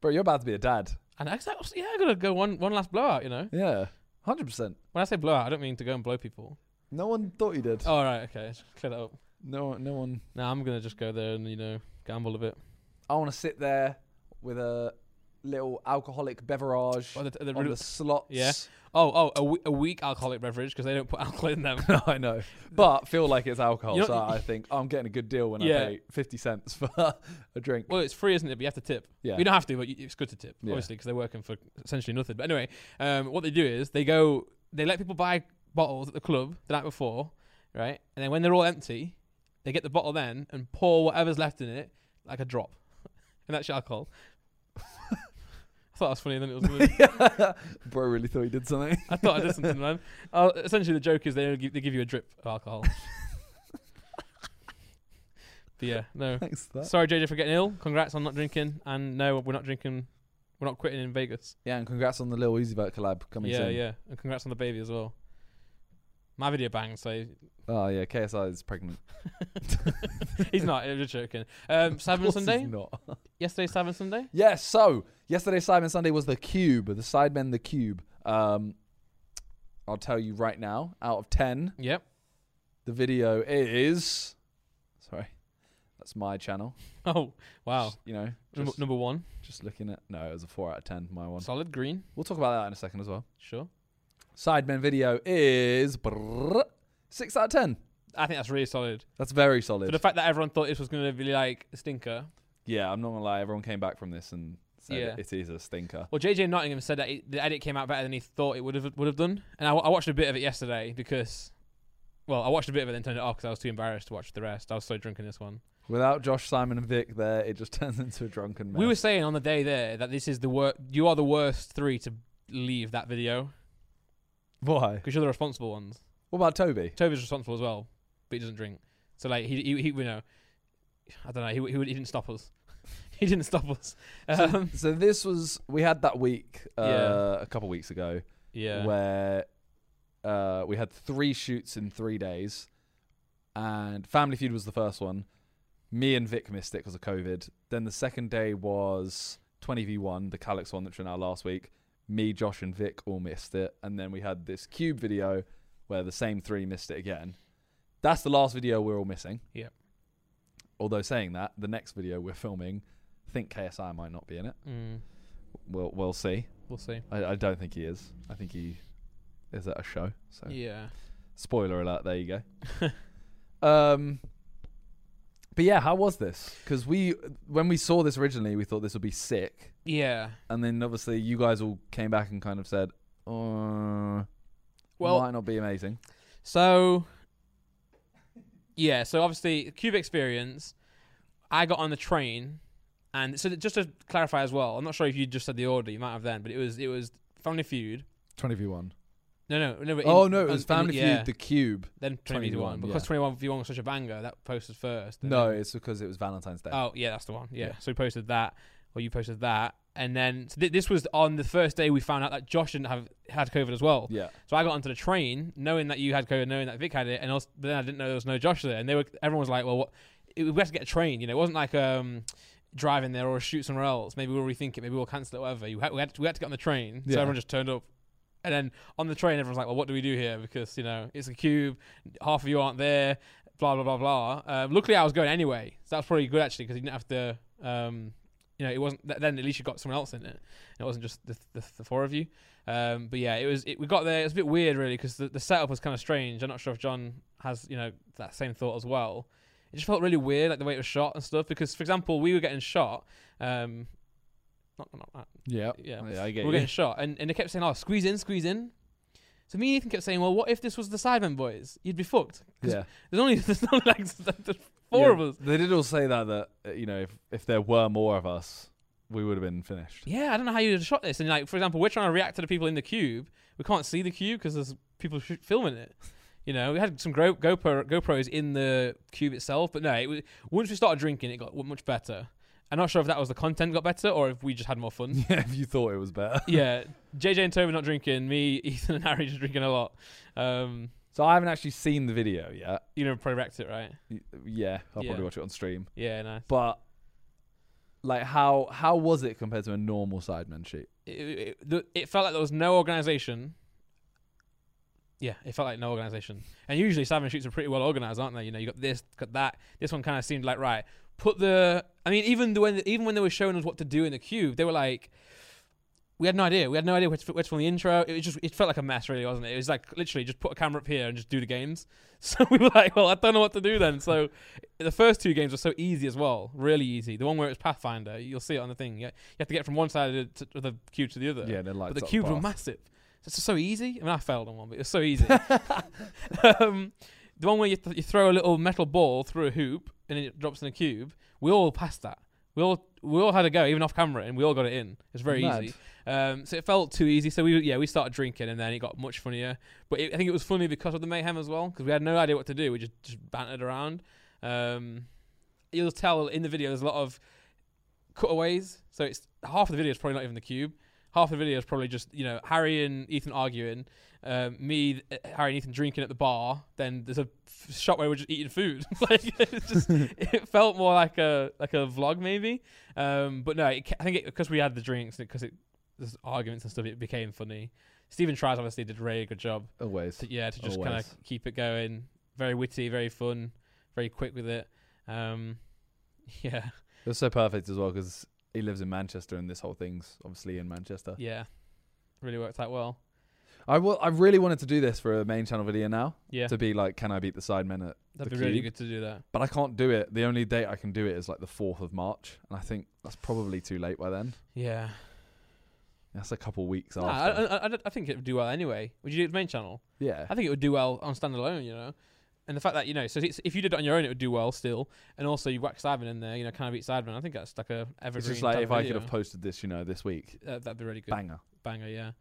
S2: bro, you're about to be a dad.
S1: And I, "Oh, yeah, I gotta go one, one last blowout, you know?
S2: Yeah, hundred percent.
S1: When I say blowout, I don't mean to go and blow people.
S2: No one thought you did.
S1: Oh, right, okay. Just clear that up.
S2: No, no one.
S1: Now I'm gonna just go there and, you know, gamble a bit.
S2: I want to sit there with a little alcoholic beverage
S1: Oh, the, the,
S2: on the slots. (laughs)
S1: Yeah. Oh, oh, a, we- a weak alcoholic beverage because they don't put alcohol in them. (laughs)
S2: I know, but feel like it's alcohol,
S1: You know-
S2: so I think I'm getting a good deal when
S1: Yeah.
S2: I pay fifty cents for (laughs) a drink.
S1: well, it's free, isn't it? But you have to tip.
S2: Yeah,
S1: You don't have to, but you, it's good to tip, obviously,
S2: Yeah.
S1: obviously, because they're working for essentially nothing. But anyway, um, what they do is they go, they let people buy bottles at the club the night before, right? And then when they're all empty, they get the bottle then and pour whatever's left in it like a drop, (laughs) and that's your alcohol. (laughs) I thought that was funny, and then it was. Weird.
S2: (laughs) bro really thought you did something. (laughs)
S1: (laughs) I thought I did something, man. Uh, essentially, the joke is they only give, they give you a drip of
S2: (laughs)
S1: alcohol. but yeah, no.
S2: Thanks for that.
S1: Sorry, JJ, for getting ill. Congrats on not drinking. And no, we're not drinking. We're not quitting in Vegas.
S2: Yeah, and congrats on the Lil Uzi Vert collab coming
S1: yeah,
S2: soon.
S1: yeah. And congrats on the baby as well. My video banged,
S2: (laughs)
S1: so
S2: Oh
S1: (laughs)
S2: yeah, KSI is pregnant.
S1: he's not. I'm just joking. Um,
S2: Of
S1: Cyber
S2: course he's (laughs)
S1: Sunday.
S2: Not.
S1: yesterday's Cyber Sunday?
S2: Yes. so yesterday, Simon Sunday was the cube, the Sidemen, the cube. Um, I'll tell you right now, out of ten,
S1: Yep.
S2: the video is. Sorry, that's my channel.
S1: Oh wow.
S2: Just, you know,
S1: Num-
S2: just,
S1: number one,
S2: just looking at. No, it was a four out of ten. My one.
S1: solid green.
S2: We'll talk about that in a second as well.
S1: Sure.
S2: Sidemen video is brrr, six out of ten.
S1: I think that's really solid.
S2: That's very
S1: For
S2: solid.
S1: the fact that everyone thought this was going to be like a stinker.
S2: yeah, I'm not gonna lie. Everyone came back from this and said
S1: Yeah.
S2: it is a stinker.
S1: Well, JJ Nottingham said that it, the edit came out better than he thought it would have would have done, and I, wa- I watched a bit of it yesterday because, well, I watched a bit of it and turned it off because I was too embarrassed to watch the rest. I was so drunk in this one.
S2: Without Josh, Simon, and Vic there, it just (laughs) turns into a drunken mess.
S1: We were saying on the day there that this is the worst. You are the worst three to leave that video (laughs)
S2: why?
S1: because you're the responsible ones.
S2: What about Toby?
S1: Toby's responsible as well, but he doesn't drink. So like he he, he you know, I don't know. He he, he didn't stop us. (laughs) he didn't stop us.
S2: so,
S1: Um,
S2: so this was we had that week uh,
S1: Yeah.
S2: a couple weeks ago
S1: yeah.
S2: where uh, we had three shoots in three days, and Family Feud was the first one. Me and Vic missed it because of COVID. Then the second day was 20v1, the Calyx one that ran out last week. Me, Josh, and Vic all missed it, and then we had this cube video where the same three missed it again. That's the last video we're all missing.
S1: Yep.
S2: Although saying that, the next video we're filming, think KSI might not be in it.
S1: Mm,
S2: We'll we'll see.
S1: we'll see.
S2: I, I don't think he is. I think he is at a show. So
S1: Yeah.
S2: spoiler alert. There you
S1: (laughs)
S2: go. um, but yeah, how was this? Because we when we saw this originally, we thought this would be sick,
S1: Yeah.
S2: and then obviously you guys all came back and kind of said, "Oh,
S1: Well,
S2: might not be amazing."
S1: So, yeah. So obviously, Cube experience. I got on the train, and so that- just to clarify as well, I'm not sure if you just said the order. You might have then, but it was it was Family Feud.
S2: Twenty v one.
S1: No, no, no. but
S2: Oh
S1: in-
S2: no, it
S1: on-
S2: was
S1: in-
S2: Family
S1: yeah,
S2: Feud, The Cube.
S1: then
S2: 21,
S1: 21 because
S2: yeah.
S1: 21 v1 was such a banger that posted first. and
S2: No,
S1: then-
S2: it's because it was Valentine's Day.
S1: oh yeah, that's the one. Yeah.
S2: Yeah.
S1: So we posted that, or you posted that, and then so th- this was on the first day we found out that Josh didn't have had COVID as well.
S2: Yeah,
S1: So I got onto the train knowing that you had COVID, knowing that Vic had it, and also, but then I didn't know there was no Josh there. And they were everyone was like, "Well, what? It, we have to get a train." You know, it wasn't like um, driving there or shoot somewhere else. Maybe we'll rethink it. Maybe we'll cancel it. Whatever. You had, we had to, we had to get on the train,
S2: Yeah.
S1: so everyone just turned up. And then on the train, everyone's like, "Well, what do we do here?" Because you know it's a cube. Half of you aren't there. Blah blah blah blah. Uh, luckily, I was going anyway, so that's probably good actually because you didn't have to. Um, you know, it wasn't. th- Then at least you got someone else in it. It wasn't just the, the, the four of you. Um, but yeah, it was. It, we got there. It was a bit weird, really, because the, the setup was kind of strange. I'm not sure if John has you know that same thought as well. It just felt really weird, like the way it was shot and stuff. Because, for example, we were getting shot. Um, not, not that.
S2: yeah,
S1: Yeah.
S2: I
S1: We
S2: get
S1: were
S2: you.
S1: getting shot, and, and they kept saying, "Oh, squeeze in, squeeze in." So me and Ethan kept saying, "Well, what if this was the Sidemen boys? You'd be fucked." 'Cause
S2: (laughs) Yeah.
S1: There's only there's only like (laughs) there's (laughs) four
S2: Yeah,
S1: of us.
S2: They did all say that that uh, you know if if there were more of us, we would have been finished.
S1: Yeah, I don't know how you'd have shot this. And like, for example, we're trying to react to the people in the cube. We can't see the cube because there's people sh- filming it. You know, we had some Go- GoPro GoPros in the cube itself, but no, it was, once we started drinking, it got w- much better. I'm not sure if that was the content got better or if we just had more fun.
S2: (laughs) Yeah, if you thought it was better. (laughs)
S1: yeah, JJ and Toby not drinking, me, (laughs) Ethan, and Harry just drinking a lot. Um,
S2: So I haven't actually seen the video yet.
S1: you know, probably wrecked it, right?
S2: Y- Yeah, I'll
S1: Yeah.
S2: probably watch it on stream.
S1: Yeah, nice.
S2: But like, how how was it compared to a normal Sidemen shoot?
S1: it, it, the- it felt like there was no organization. Yeah, it felt like no organization. And usually Simon shoots are pretty well organized, aren't they? You know, you got this, got that. This one kind of seemed like right. Put the. I mean, even the, when even when they were showing us what to do in the cube, they were like, we had no idea. We had no idea where to, where to film the intro. It was just it felt like a mess, really, wasn't it? It was like literally just put a camera up here and just do the games. (laughs) So we were like, well, I don't know what to do then. So the first two games were so easy as well, really easy. The one where it was Pathfinder, you'll see it on the thing. You you have to get from one side of the, to the cube to the other.
S2: they're like
S1: but the cubes were massive. It's just so easy. I mean, I failed on one, but it was so easy. um, the one where you, th- you throw a little metal ball through a hoop and it drops in a cube. We all passed that. We all we all had a go, even off camera, and we all got it in. It's very
S2: Mad.
S1: easy. Um, so it felt too easy. So we yeah we started drinking, and then it got much funnier. But it, I think it was funny because of the mayhem as well, because we had no idea what to do. We just, just bantered around. Um, you'll tell in the video there's a lot of cutaways. So it's half of the video is probably not even the cube. half the video is probably just you know Harry and Ethan arguing, um, me, uh, Harry and Ethan drinking at the bar. Then there's a f- shot where we're just eating food. (laughs) like it's just it felt more like a like a vlog maybe. Um, but no, it, ca- I think because we had the drinks and because it there's arguments and stuff, it became funny. Stephen Tries obviously did a really good job
S2: Always.
S1: to, yeah, to just kind
S2: Always.
S1: of keep it going. Very witty, very fun, very quick with it. Um, (laughs) yeah,
S2: It was so perfect as well because he lives in Manchester and this whole thing's obviously in Manchester.
S1: yeah, really worked out well.
S2: I wa- I really wanted to do this for a main channel video now
S1: Yeah,
S2: to be like, can I beat the Sidemen at?
S1: that'd
S2: the
S1: be really
S2: cube.
S1: good to do that.
S2: But I can't do it. The only date I can do it is like the fourth of March, and I think that's probably too late by then.
S1: Yeah,
S2: That's a couple weeks
S1: Nah, I,
S2: after.
S1: I, I, I think it would do well anyway. Would you do it with main channel?
S2: yeah,
S1: I think it would do well on standalone. You know. And the fact that you know, so it's, if you did it on your own, it would do well still. And also, you whack Sidemen in there, you know, kind of beat Sidemen. I think that's like a evergreen.
S2: it's just like
S1: type
S2: if I could
S1: video.
S2: have posted this, you know, this week,
S1: uh, that'd be really good.
S2: banger.
S1: Banger, yeah.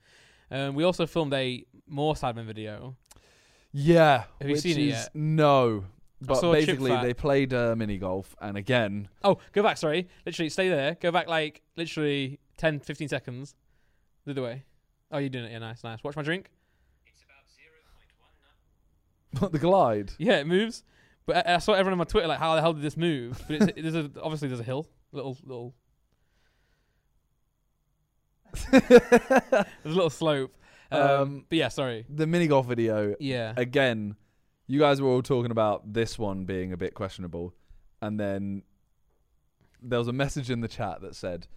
S1: Um, we also filmed a more Sidemen video.
S2: Yeah.
S1: Have you
S2: which
S1: seen it
S2: is-
S1: yet?
S2: No. But
S1: saw a chip
S2: basically,
S1: fat.
S2: they played uh, mini golf, and again, (laughs)
S1: Oh, go back, sorry. Literally, stay there. Go back like literally 10, 15 seconds. The other way. Oh, you're doing it. Yeah, nice, nice. Watch my drink.
S2: the glide.
S1: Yeah, it moves. But I, I saw everyone on my Twitter like, how the hell did this move? But it's, (laughs) there's a, obviously there's a hill, little little, (laughs) there's a little slope. Um,
S2: Um,
S1: but yeah, sorry.
S2: the mini golf video
S1: Yeah,
S2: again, you guys were all talking about this one being a bit questionable, and then there was a message in the chat that said,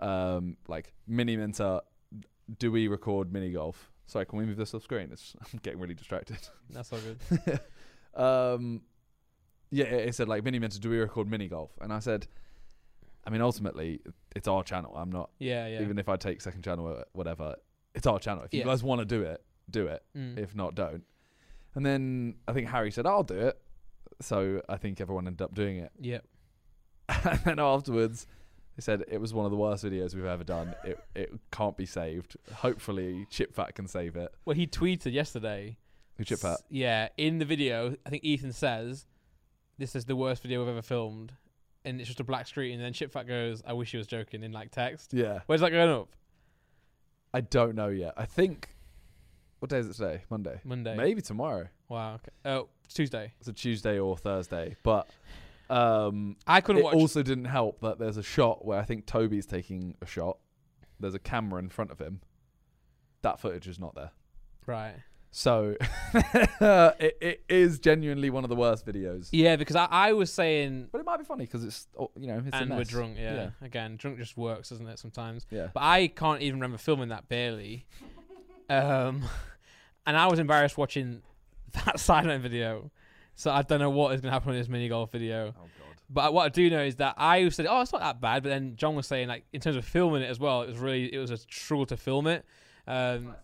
S2: um, like, mini mentor, do we record mini golf? Sorry, can we move this off screen? It's, (laughs) I'm getting really distracted.
S1: that's all
S2: (laughs)
S1: good.
S2: um, yeah, it it said like mini mentor, do we record mini golf? And I said, I mean, ultimately, it's our channel. I'm not
S1: Yeah, yeah.
S2: even if I take second channel or whatever. It's our channel. If you
S1: Yeah.
S2: guys want to do it, do it
S1: Mm.
S2: if not don't and then i think harry said i'll do it so i think everyone ended up doing it (laughs)
S1: Yep.
S2: and then afterwards they said it was one of the worst videos we've ever done it it can't be saved hopefully chip fat can save it
S1: Well, he tweeted yesterday.
S2: who chip fat
S1: S- Yeah, in the video, I think Ethan says, "This is the worst video I've ever filmed," and it's just a black screen. And then Chipfat goes, "I wish he was joking" in like text.
S2: yeah
S1: Where's that going up?
S2: i don't know yet i think what day is it today monday
S1: Monday.
S2: maybe tomorrow
S1: Wow. Okay. Oh, it's Tuesday.
S2: it's a tuesday or thursday but um
S1: I couldn't
S2: it
S1: watch.
S2: also didn't help that there's a shot where I think Toby's taking a shot. There's a camera in front of him. That footage is not there.
S1: right.
S2: So (laughs) it, it is genuinely one of the worst videos.
S1: Yeah, because I, I was saying,
S2: But it might be funny because it's oh, you know it's a
S1: and we're
S2: mess.
S1: drunk. Yeah,
S2: Yeah.
S1: Again, drunk just works, doesn't it? Sometimes.
S2: Yeah.
S1: But I can't even remember filming that
S2: (laughs)
S1: barely. um, and I was embarrassed watching (laughs) that silent video. So I don't know what is going to happen with this mini golf video.
S2: Oh god.
S1: But what I do know is that I said, "Oh, it's not that bad," but then John was saying, like, in terms of filming it as well, it was really it was a struggle to film it. Um,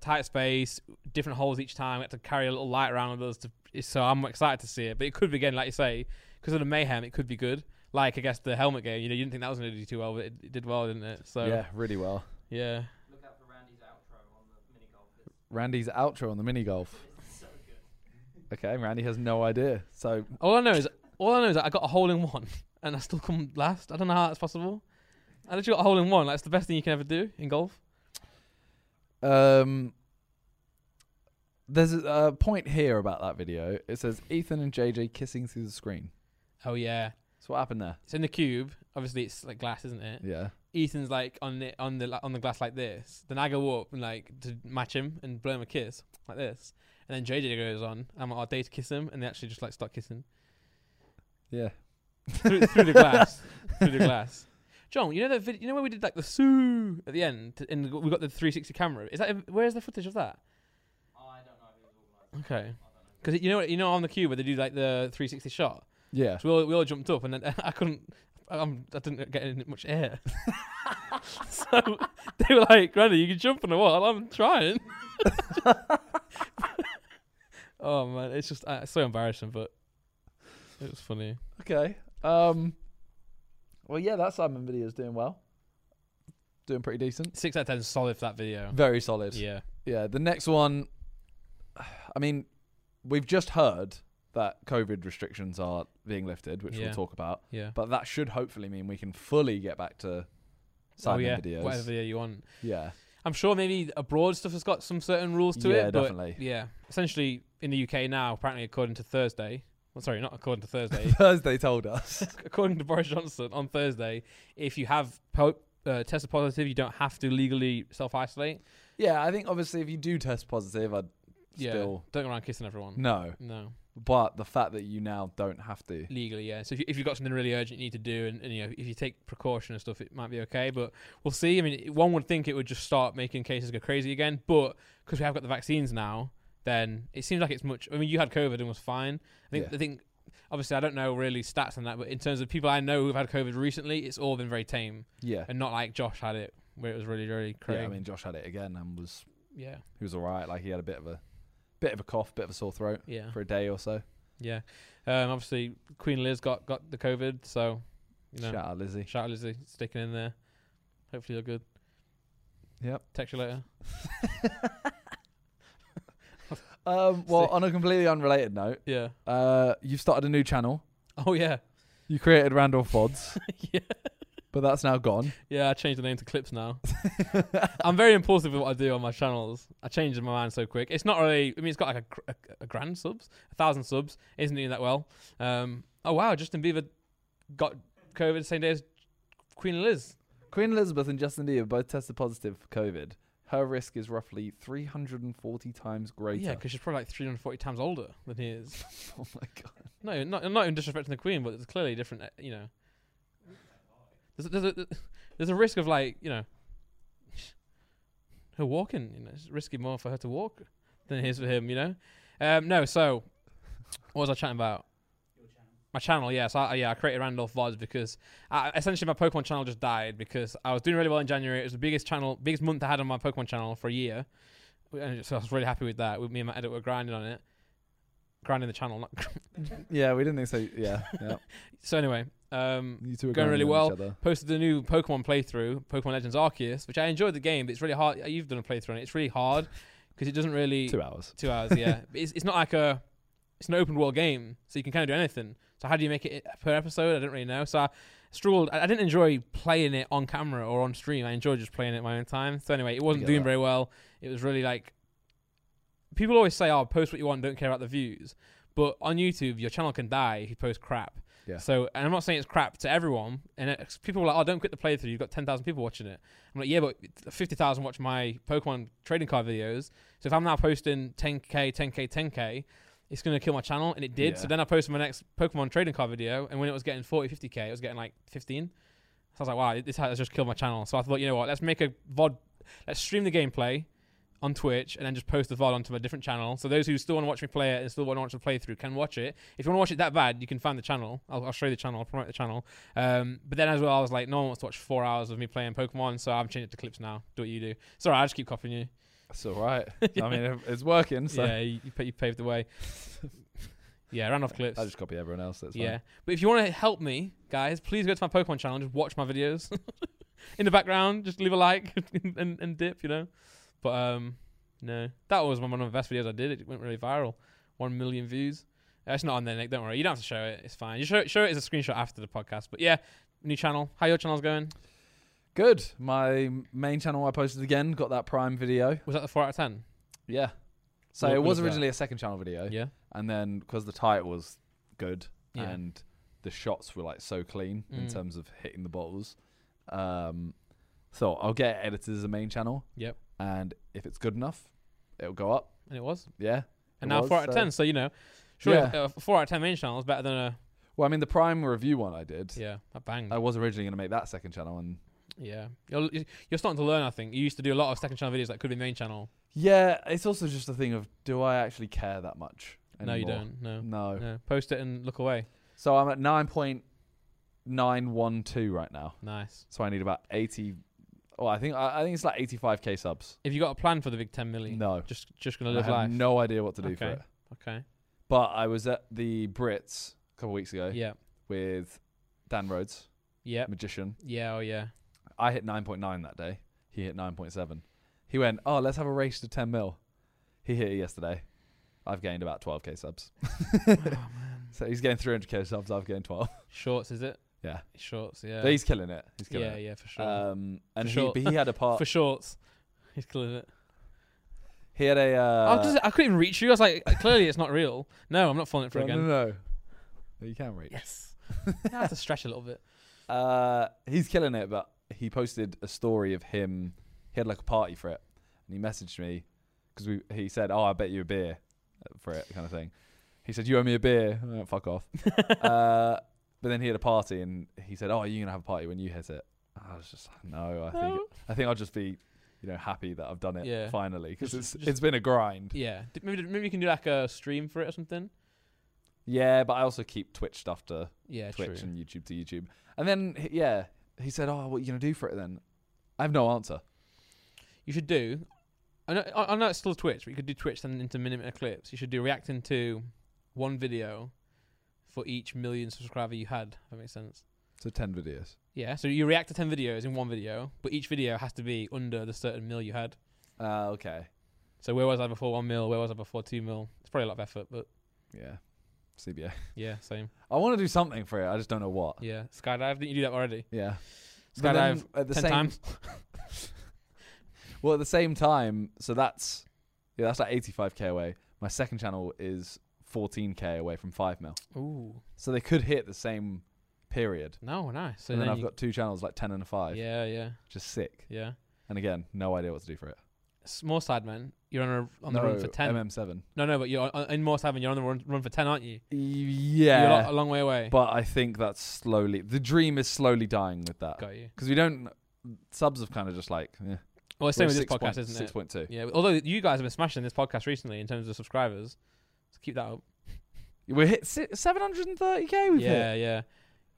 S1: tight, space. different holes each time. We had to carry a little light around with us. To, so I'm excited to see it. But it could be again, like you say, because of the mayhem, it could be good. Like I guess the helmet game, you know, you didn't think that was going to do too well, but it, it did well, didn't it? So
S2: yeah, really well.
S1: yeah.
S3: Look out for Randy's outro on the mini golf. It's,
S2: Randy's outro on the mini golf.
S3: it's so good.
S2: Okay, Randy has no idea. So
S1: All I know is all I know is that I got a hole in one, (laughs) and I still come last. I don't know how that's possible. I literally got a hole in one. That's the best thing you can ever do in golf.
S2: Um, there's a uh, point here about that video. It says Ethan and JJ kissing through the screen.
S1: Oh yeah.
S2: So what happened there?
S1: It's in the cube. Obviously, it's like glass, isn't it?
S2: Yeah.
S1: Ethan's like on the on the on the glass like this. Then I go up and like to match him and blow him a kiss like this. And then JJ goes on. I'm like, oh, day to kiss him, and they actually just like start kissing
S2: Yeah.
S1: through, through the glass, through the glass. John, you know that vid- you know where we did like the soo at the end, and we got the 360 camera. Is that where's the footage of that?
S3: I don't know who was organised.
S1: Okay, because you know you know on the cube where they do like the 360 shot.
S2: Yeah.
S1: So we all, we all jumped up, and then (laughs) I couldn't. I'm, I didn't get any much air. (laughs) so they were like, "Granny, you can jump on the wall." I'm trying. (laughs) oh man, it's just uh, so embarrassing, but it was funny.
S2: Okay. Um. Well, yeah, that Simon video is doing well. Doing pretty decent.
S1: Six out of ten, is solid for that video.
S2: Very solid. Yeah.
S1: Yeah,
S2: The next one. I mean, we've just heard that COVID restrictions are being lifted, which
S1: Yeah.
S2: we'll talk about.
S1: yeah,
S2: But that should hopefully mean we can fully get back to Sidemen
S1: oh yeah,
S2: videos.
S1: whatever video you want.
S2: Yeah.
S1: I'm sure maybe abroad stuff has got some certain rules to
S2: Yeah,
S1: it. but (laughs)
S2: definitely.
S1: Yeah, essentially in the UK now, apparently according to Thursday. Well, sorry, not according to Thursday.
S2: Thursday
S1: (laughs)
S2: told us.
S1: according to Boris Johnson on Thursday, if you have po- uh, tested positive, you don't have to legally self isolate.
S2: yeah, I think obviously if you do test positive, I'd
S1: Yeah, Mm.
S2: still
S1: don't go around kissing everyone.
S2: no.
S1: No,
S2: But the fact that you now don't have to.
S1: legally, yeah. So if, you, if you've got something really urgent you need to do, and, and you know, if you take precaution and stuff, it might be okay. But we'll see. I mean, it- one would think it would just start making cases go crazy again, but because we have got the vaccines now, then it seems like it's much. I mean, you had COVID and was fine. I think.
S2: Yeah.
S1: I think. Obviously, I don't know really stats on that, but in terms of people I know who've had COVID recently, it's all been very tame.
S2: Yeah.
S1: and not like Josh had it where it was really really crazy.
S2: Yeah,
S1: Yeah,
S2: I mean Josh had it again and was
S1: yeah,
S2: he was alright. Like he had a bit of a bit of a cough, bit of a sore throat
S1: yeah,
S2: for a day or so.
S1: yeah. Um, obviously Queen Liz got got the COVID, so you know,
S2: Shout out Lizzie.
S1: shout out Lizzie sticking in there. Hopefully you're good.
S2: Yep.
S1: Text you
S2: (laughs)
S1: later.
S2: Um, well,
S1: Sick.
S2: on a completely unrelated note,
S1: Yeah.
S2: uh, you've started a new channel.
S1: Oh yeah. (laughs)
S2: You created Randolph Pods,
S1: yeah.
S2: but that's now gone.
S1: Yeah. I changed the name to Clips
S2: (laughs)
S1: now. I'm very impulsive with what I do on my channels. I changed my mind so quick. It's not really. I mean, it's got like a, gr- a, a grand subs, a thousand subs. Isn't doing that well. Um. Oh wow, Justin Bieber got COVID the same day as Queen Liz.
S2: Queen Elizabeth and Justin Bieber both tested positive for COVID. Her risk is roughly 340 times greater. (laughs)
S1: Yeah, because she's probably like 340 times older than he is.
S2: oh my god.
S1: No, not, I'm not even disrespecting the queen, but it's clearly different, uh, you know. There's, there's, a, there's a risk of, like, you know, (laughs) her walking, you know, it's risky more for her to walk than it is for him, you know? Um, no, so, what was I chatting about? My channel, yeah. So I, yeah, I created Randolph Vods because I, essentially my Pokemon channel just died because I was doing really well in January. It was the biggest channel, biggest month I had on my Pokemon channel for a year, and so I was really happy with that. Me and my editor were grinding on it, grinding the channel. Not
S2: Yeah, we didn't think so. Yeah, yeah.
S1: so anyway, um,
S2: You two are
S1: Going really
S2: on each
S1: well.
S2: other.
S1: posted the new Pokemon playthrough, Pokemon Legends Arceus, which I enjoyed the game, but it's really hard. uh, You've done a playthrough on it. It's really hard because it doesn't really
S2: Two hours.
S1: two hours.
S2: (laughs)
S1: Yeah, But it's, it's not like a it's an open world game, so you can kind of do anything. So how do you make it uh, per episode? I don't really know. So I struggled. I, I didn't enjoy playing it on camera or on stream. I enjoyed just playing it my own time. So anyway, it wasn't
S2: get
S1: doing
S2: that.
S1: very well. It was really like people always say, "Oh, post what you want, don't care about the views." But on YouTube, your channel can die if you post crap.
S2: Yeah.
S1: So, and I'm not saying it's crap to everyone. And it's, people are like, "Oh, don't quit the playthrough. You've got 10,000 people watching it." I'm like, "Yeah, but 50,000 watch my Pokemon trading card videos. So if I'm now posting 10k, 10k, 10k, it's gonna kill my channel, and it did. So
S2: Yeah.
S1: then I posted my next Pokemon trading card video, and when it was getting 40, 50k, it was getting like 15. So I was like, wow, this has just killed my channel. So I thought, you know what? Let's make a vod. Let's stream the gameplay on Twitch, and then just post the vod onto my different channel. So those who still want to watch me play it and still want to watch the playthrough can watch it. If you want to watch it that bad, you can find the channel. I'll, I'll show you the channel. I'll promote the channel. Um, but then as well, I was like, no one wants to watch four hours of me playing Pokemon, so I've changed it to clips now. Do what you do. Sorry, I just keep copying
S2: (laughs)
S1: you.
S2: That's
S1: (laughs)
S2: all right. I mean, it's working. So
S1: Yeah, you, you pa- you paved the
S2: (laughs)
S1: way. yeah, Randolph clips.
S2: I just copy everyone else. That's fine.
S1: yeah, but if you want to help me, guys, please go to my Pokemon channel. and Just watch my videos (laughs) in the background. Just leave a like (laughs) and, and dip, you know. But um, no, that was one of the best videos I did. It went really viral. One million views. That's not on there, Nick. Don't worry. You don't have to show it. It's fine. You show it, show it as a screenshot after the podcast. But yeah, new channel. How your channel's going?
S2: Good. My main channel I posted again got that Prime video.
S1: Was that the four out of ten?
S2: Yeah. So
S1: We'll-
S2: it
S1: we'll
S2: was
S1: look at that.
S2: originally a second channel video,
S1: Yeah.
S2: and then because the title was good
S1: Yeah.
S2: and the shots were like so clean in
S1: Mm.
S2: terms of hitting the bottles, um, so I'll get it edited as a main channel.
S1: Yep.
S2: And if it's good enough, it'll go up.
S1: And it was.
S2: Yeah.
S1: And
S2: It
S1: now
S2: was,
S1: four out of
S2: so-
S1: ten. So you know, surely
S2: Yeah.
S1: uh, four out of ten main channel is better than a
S2: Well, I mean, the Prime review one I did.
S1: yeah. That bang.
S2: I was originally going to make that second channel, and
S1: Yeah, you're you're starting to learn. I think you used to do a lot of second channel videos that could be main channel.
S2: yeah, it's also just a thing of do I actually care that much?
S1: No, you
S2: anymore?
S1: don't. No.
S2: No.
S1: no, post it and look away.
S2: So I'm at nine point nine one two right now.
S1: Nice.
S2: So I need about eighty. Oh, I think I, I think it's like eighty five k subs.
S1: If you got a plan for the big ten million,
S2: No,
S1: just just gonna
S2: I
S1: live
S2: have
S1: life.
S2: no idea what to do for
S1: Okay.
S2: it.
S1: okay.
S2: But I was at the Brits a couple weeks ago
S1: Yeah.
S2: with Dan Rhodes,
S1: Yep.
S2: magician.
S1: Yeah. Oh yeah.
S2: I hit nine point nine that day. He hit nine point seven. He went, oh, let's have a race to ten mil. He hit it yesterday. I've
S1: (laughs)
S2: gained about twelve k subs.
S1: oh man.
S2: So he's getting three hundred k subs. I've gained twelve.
S1: Shorts is it?
S2: Yeah.
S1: Shorts, yeah.
S2: But he's killing it. He's killing
S1: yeah,
S2: it.
S1: yeah, for sure.
S2: Um, and
S1: For
S2: he,
S1: sure.
S2: but
S1: (laughs)
S2: he had a part.
S1: for shorts. He's killing it.
S2: he had a.
S1: I,
S2: Uh,
S1: was just, I couldn't even reach you. I was like, uh, clearly it's not real. No, I'm not falling it for
S2: no,
S1: again.
S2: No, no, no. You can reach.
S1: Yes. I had to stretch a little bit.
S2: Uh, he's killing it, but he posted a story of him. He had like a party for it, and he messaged me because we. He said, "Oh, I bet you a beer uh, for it," kind of thing. He said, "You owe me a beer." (laughs) I went,
S1: (laughs)
S2: Fuck off. uh, but then he had a party, and he said, "Oh, you're gonna have a party when you hit it." I was just like, "No, I think
S1: No.
S2: I think I'll just be, you know, happy that I've done it
S1: Yeah.
S2: finally because it's
S1: Just- just-
S2: it's been a grind."
S1: (laughs) Yeah. D- Maybe, maybe you can do like a stream for it or something.
S2: Yeah, but I also keep Twitch stuff to
S1: Yeah,
S2: Twitch
S1: true.
S2: and YouTube to YouTube. And then, h- yeah, he said, "Oh, what are you gonna do for it then?" I have no answer.
S1: You should do. I know, I I know it's still Twitch, but you could do Twitch then into minute clips. You should do reacting to one video for each million subscriber you had. If that makes sense.
S2: So ten videos.
S1: Yeah, so you react to 10 videos in one video, but each video has to be under the certain mil you had. Ah,
S2: Uh, okay.
S1: So where was I before one mil? Where was I before two mil? It's probably a lot of effort, but
S2: Yeah. CBA.
S1: yeah, same.
S2: I want to do something for it. I just don't know what.
S1: Yeah, skydive. Didn't you do that already?
S2: Yeah. But then
S1: Skydive
S2: at the
S1: ten
S2: same,
S1: times.
S2: Well, at the same time, so that's yeah, that's like eighty-five k away. My second channel is fourteen k away from five mil.
S1: Ooh,
S2: So they could hit the same period.
S1: no, nice. So
S2: and then, I've
S1: you-
S2: got two channels like ten and a five.
S1: yeah, yeah,
S2: Just sick.
S1: yeah.
S2: And again, no idea what to do for it.
S1: S- More Sidemen, you're on a, on the run for
S2: No,
S1: ten.
S2: MM7.
S1: No, no, but you're on, in More Sidemen, you're on the run, run for ten, aren't you?
S2: Yeah.
S1: you're a, lot, a long way away.
S2: But I think that's slowly the dream is slowly dying with that
S1: got you.
S2: because we don't subs have kind of just like eh.
S1: Well, it's same
S2: We're
S1: with this
S2: six
S1: podcast,
S2: point-
S1: isn't
S2: Six
S1: it?
S2: point two.
S1: Yeah. Although you guys have been smashing this podcast recently in terms of subscribers, so keep that up.
S2: We're hit seven hundred and thirty k. We've
S1: yeah, yeah.